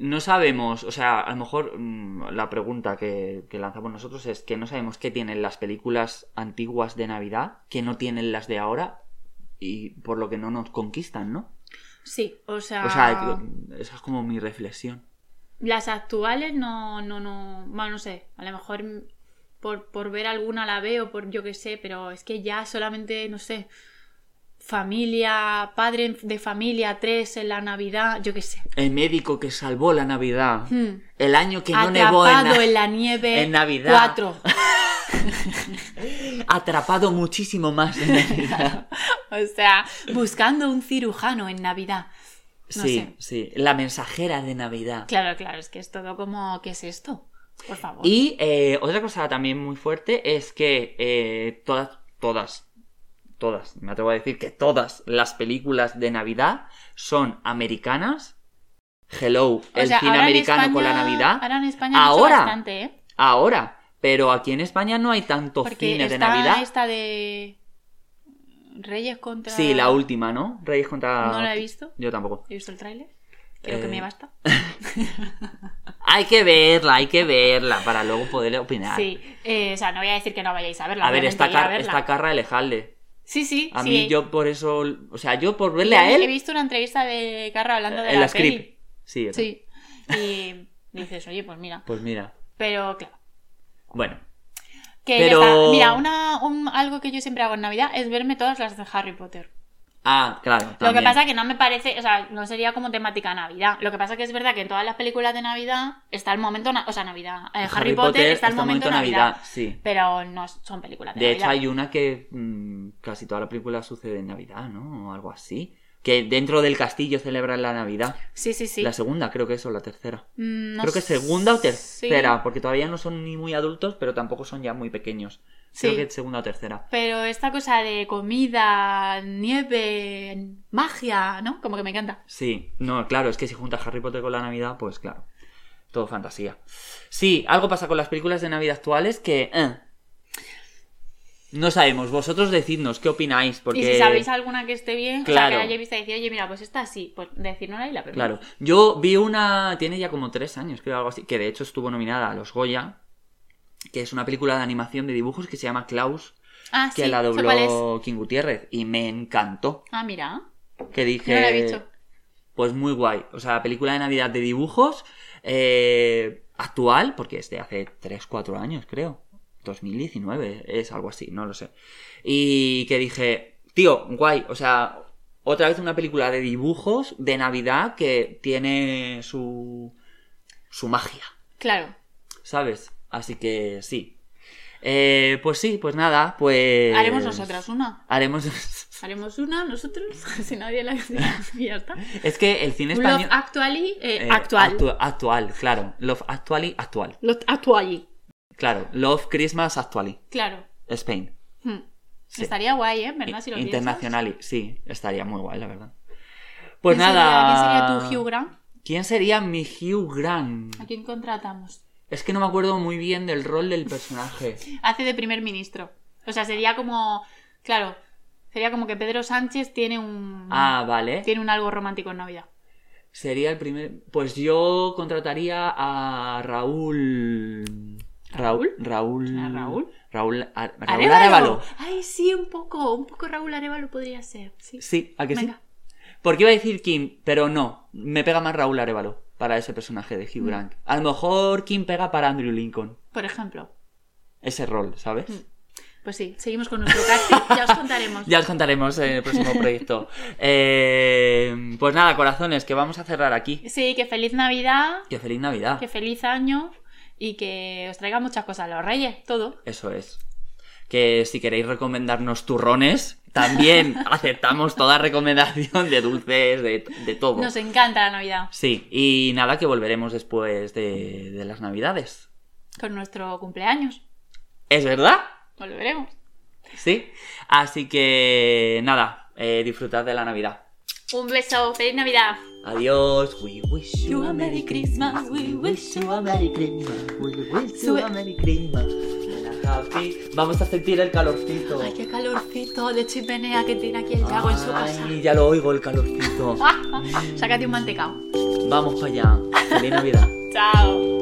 Speaker 1: No sabemos, o sea, a lo mejor mm, la pregunta que, que lanzamos nosotros es que no sabemos qué tienen las películas antiguas de Navidad, que no tienen las de ahora, y por lo que no nos conquistan, ¿no?
Speaker 2: Sí, o sea,
Speaker 1: O sea, mm, esa es como mi reflexión.
Speaker 2: las actuales no, no, no, bueno, no sé, a lo mejor mm, por, por ver alguna la veo, por yo qué sé, pero es que ya solamente, no sé, familia, padre de familia, tres en la Navidad, yo qué sé.
Speaker 1: El médico que salvó la Navidad,
Speaker 2: Hmm.
Speaker 1: el año que no nevó en,
Speaker 2: Atrapado
Speaker 1: Na-
Speaker 2: en la nieve.
Speaker 1: en Navidad.
Speaker 2: Cuatro.
Speaker 1: atrapado muchísimo más en Navidad.
Speaker 2: O sea, buscando un cirujano en Navidad. No
Speaker 1: sí,
Speaker 2: sé.
Speaker 1: sí, la mensajera de Navidad.
Speaker 2: Claro, claro, es que es todo como, ¿qué es esto? Por favor.
Speaker 1: Y eh, otra cosa también muy fuerte es que eh, todas, todas, todas, me atrevo a decir que todas las películas de Navidad son americanas. Hello,
Speaker 2: O
Speaker 1: el
Speaker 2: sea,
Speaker 1: cine
Speaker 2: ahora en
Speaker 1: americano con la
Speaker 2: España-
Speaker 1: Navidad.
Speaker 2: Ahora en España han hecho
Speaker 1: Ahora.
Speaker 2: bastante, ¿eh?
Speaker 1: Ahora, pero aquí en España no hay tanto
Speaker 2: Porque
Speaker 1: cine
Speaker 2: está
Speaker 1: de Navidad.
Speaker 2: esta de Reyes contra...
Speaker 1: Sí, la última, ¿no? Reyes contra.
Speaker 2: No la he visto.
Speaker 1: Yo tampoco.
Speaker 2: ¿He visto el tráiler? Creo que
Speaker 1: Eh,
Speaker 2: me basta.
Speaker 1: Hay que verla, hay que verla para luego poder opinar.
Speaker 2: Sí, eh, o sea, no voy a decir que no vayáis a verla.
Speaker 1: a ver,
Speaker 2: obviamente
Speaker 1: esta,
Speaker 2: ir a
Speaker 1: car-
Speaker 2: verla.
Speaker 1: esta carra elejalde.
Speaker 2: Sí, sí,
Speaker 1: A
Speaker 2: sí.
Speaker 1: mí yo por eso, o sea, yo por verle
Speaker 2: Yo
Speaker 1: a él
Speaker 2: He visto una entrevista de Carra hablando de
Speaker 1: en
Speaker 2: la,
Speaker 1: la
Speaker 2: peli.
Speaker 1: script. Sí, era.
Speaker 2: Sí. Y dices, oye, pues mira.
Speaker 1: Pues mira.
Speaker 2: Pero claro.
Speaker 1: Bueno,
Speaker 2: Que
Speaker 1: Pero-
Speaker 2: ya está. Mira, una, un- algo que yo siempre hago en Navidad es verme todas las de Harry Potter.
Speaker 1: ah, claro.
Speaker 2: Lo que
Speaker 1: también.
Speaker 2: pasa que no me parece, o sea, no sería como temática Navidad. Lo que pasa que es verdad que en todas las películas de Navidad está el momento, na- o sea, Navidad. eh, Harry, Potter, está el momento, Navidad.
Speaker 1: Sí.
Speaker 2: Pero no son películas de,
Speaker 1: De hecho,
Speaker 2: Navidad.
Speaker 1: hay una que mm, casi toda la película sucede en Navidad, ¿no? O algo así. Que dentro del castillo celebran la Navidad.
Speaker 2: Sí, sí, sí.
Speaker 1: La segunda, creo que eso, la tercera.
Speaker 2: Mm, no
Speaker 1: creo que
Speaker 2: sé.
Speaker 1: segunda o tercera,
Speaker 2: Sí.
Speaker 1: porque todavía no son ni muy adultos, pero tampoco son ya muy pequeños.
Speaker 2: Sí.
Speaker 1: Creo que es segunda o tercera.
Speaker 2: Pero esta cosa de comida, nieve, magia, ¿no? Como que me encanta.
Speaker 1: Sí, no, claro, es que si juntas Harry Potter con la Navidad, pues claro, todo fantasía. Sí, algo pasa con las películas de Navidad actuales que... eh. No sabemos, vosotros decidnos qué opináis, porque...
Speaker 2: Y si sabéis alguna que esté bien, o sea, que
Speaker 1: Claro.
Speaker 2: la hayáis visto y decir, oye, mira, pues esta sí, pues decírnosla y la perdemos.
Speaker 1: Claro, yo vi una, tiene ya como tres años, creo, algo así, que de hecho estuvo nominada a los Goya, que es una película de animación de dibujos que se llama Klaus,
Speaker 2: Ah,
Speaker 1: que
Speaker 2: sí,
Speaker 1: la
Speaker 2: sé cuál es.
Speaker 1: dobló King Gutiérrez, y me encantó,
Speaker 2: Ah, mira,
Speaker 1: que dije...
Speaker 2: no la he visto.
Speaker 1: Pues muy guay. O sea, película de Navidad de dibujos. eh, actual, porque es de hace 3-4 años, creo. 2019, es algo así, no lo sé. Y que dije, tío, guay. O sea, otra vez una película de dibujos de Navidad que tiene su. su magia,
Speaker 2: Claro.
Speaker 1: ¿sabes? Así que sí. Eh, pues sí, pues nada, pues.
Speaker 2: Haremos nosotras una.
Speaker 1: Haremos.
Speaker 2: Haremos una, nosotros, si nadie la y ya está.
Speaker 1: Es que el cine
Speaker 2: Un Love
Speaker 1: español.
Speaker 2: Actually eh,
Speaker 1: eh,
Speaker 2: actual.
Speaker 1: actu- actual, claro. Love Actually, actual.
Speaker 2: Love Actually.
Speaker 1: Claro, Love Christmas Actually,
Speaker 2: Claro.
Speaker 1: Spain.
Speaker 2: Hmm.
Speaker 1: Sí.
Speaker 2: Estaría guay, ¿eh? ¿Verdad? Si lo piensas.
Speaker 1: Internacional, sí, estaría muy guay, la verdad. Pues
Speaker 2: ¿Quién
Speaker 1: nada.
Speaker 2: Sería, ¿Quién sería tu Hugh Grant?
Speaker 1: ¿Quién sería mi Hugh Grant?
Speaker 2: ¿A quién contratamos?
Speaker 1: Es que no me acuerdo muy bien del rol del personaje.
Speaker 2: Hace de primer ministro. O sea, sería como. Claro. Sería como que Pedro Sánchez tiene un.
Speaker 1: Ah, vale.
Speaker 2: Tiene un algo romántico en Navidad.
Speaker 1: Sería el primer. Pues yo contrataría a Raúl. Raúl. Raúl.
Speaker 2: ¿A Raúl?
Speaker 1: Raúl, Ar- Raúl Arevalo.
Speaker 2: Ay, sí, un poco. Un poco Raúl Arevalo podría ser. Sí.
Speaker 1: Sí, ¿a que sí?
Speaker 2: Venga.
Speaker 1: Porque iba a decir Kim, pero no. Me pega más Raúl Arevalo para ese personaje de
Speaker 2: Mm.
Speaker 1: Hugh Grant. A lo mejor Kim pega para Andrew Lincoln.
Speaker 2: Por ejemplo.
Speaker 1: Ese rol, ¿sabes?
Speaker 2: Pues sí, seguimos con nuestro casting. Ya os contaremos.
Speaker 1: Ya os contaremos en el próximo proyecto. Eh, pues nada, corazones, que vamos a cerrar aquí.
Speaker 2: Sí, que feliz Navidad.
Speaker 1: Que feliz Navidad.
Speaker 2: Que feliz año. Y que os traiga muchas cosas los reyes, todo.
Speaker 1: Eso es. Que si queréis recomendarnos turrones, también aceptamos toda recomendación de dulces, de, de todo.
Speaker 2: Nos encanta la Navidad.
Speaker 1: Sí, y nada, que volveremos después de- de las Navidades.
Speaker 2: Con nuestro cumpleaños.
Speaker 1: ¿Es verdad?
Speaker 2: Volveremos.
Speaker 1: Sí. Así que nada, eh, disfrutad de la Navidad.
Speaker 2: Un beso. Feliz Navidad.
Speaker 1: Adiós. We wish you a Merry
Speaker 2: Christmas. We
Speaker 1: wish you a Merry Christmas. We wish you a Merry Christmas. and a happy- Vamos a sentir el calorcito.
Speaker 2: Ay, qué calorcito de chimenea que tiene aquí el Yago en su casa.
Speaker 1: Ay, ya lo oigo el calorcito.
Speaker 2: Sácate un mantecao.
Speaker 1: Vamos para allá. Feliz Navidad.
Speaker 2: Chao.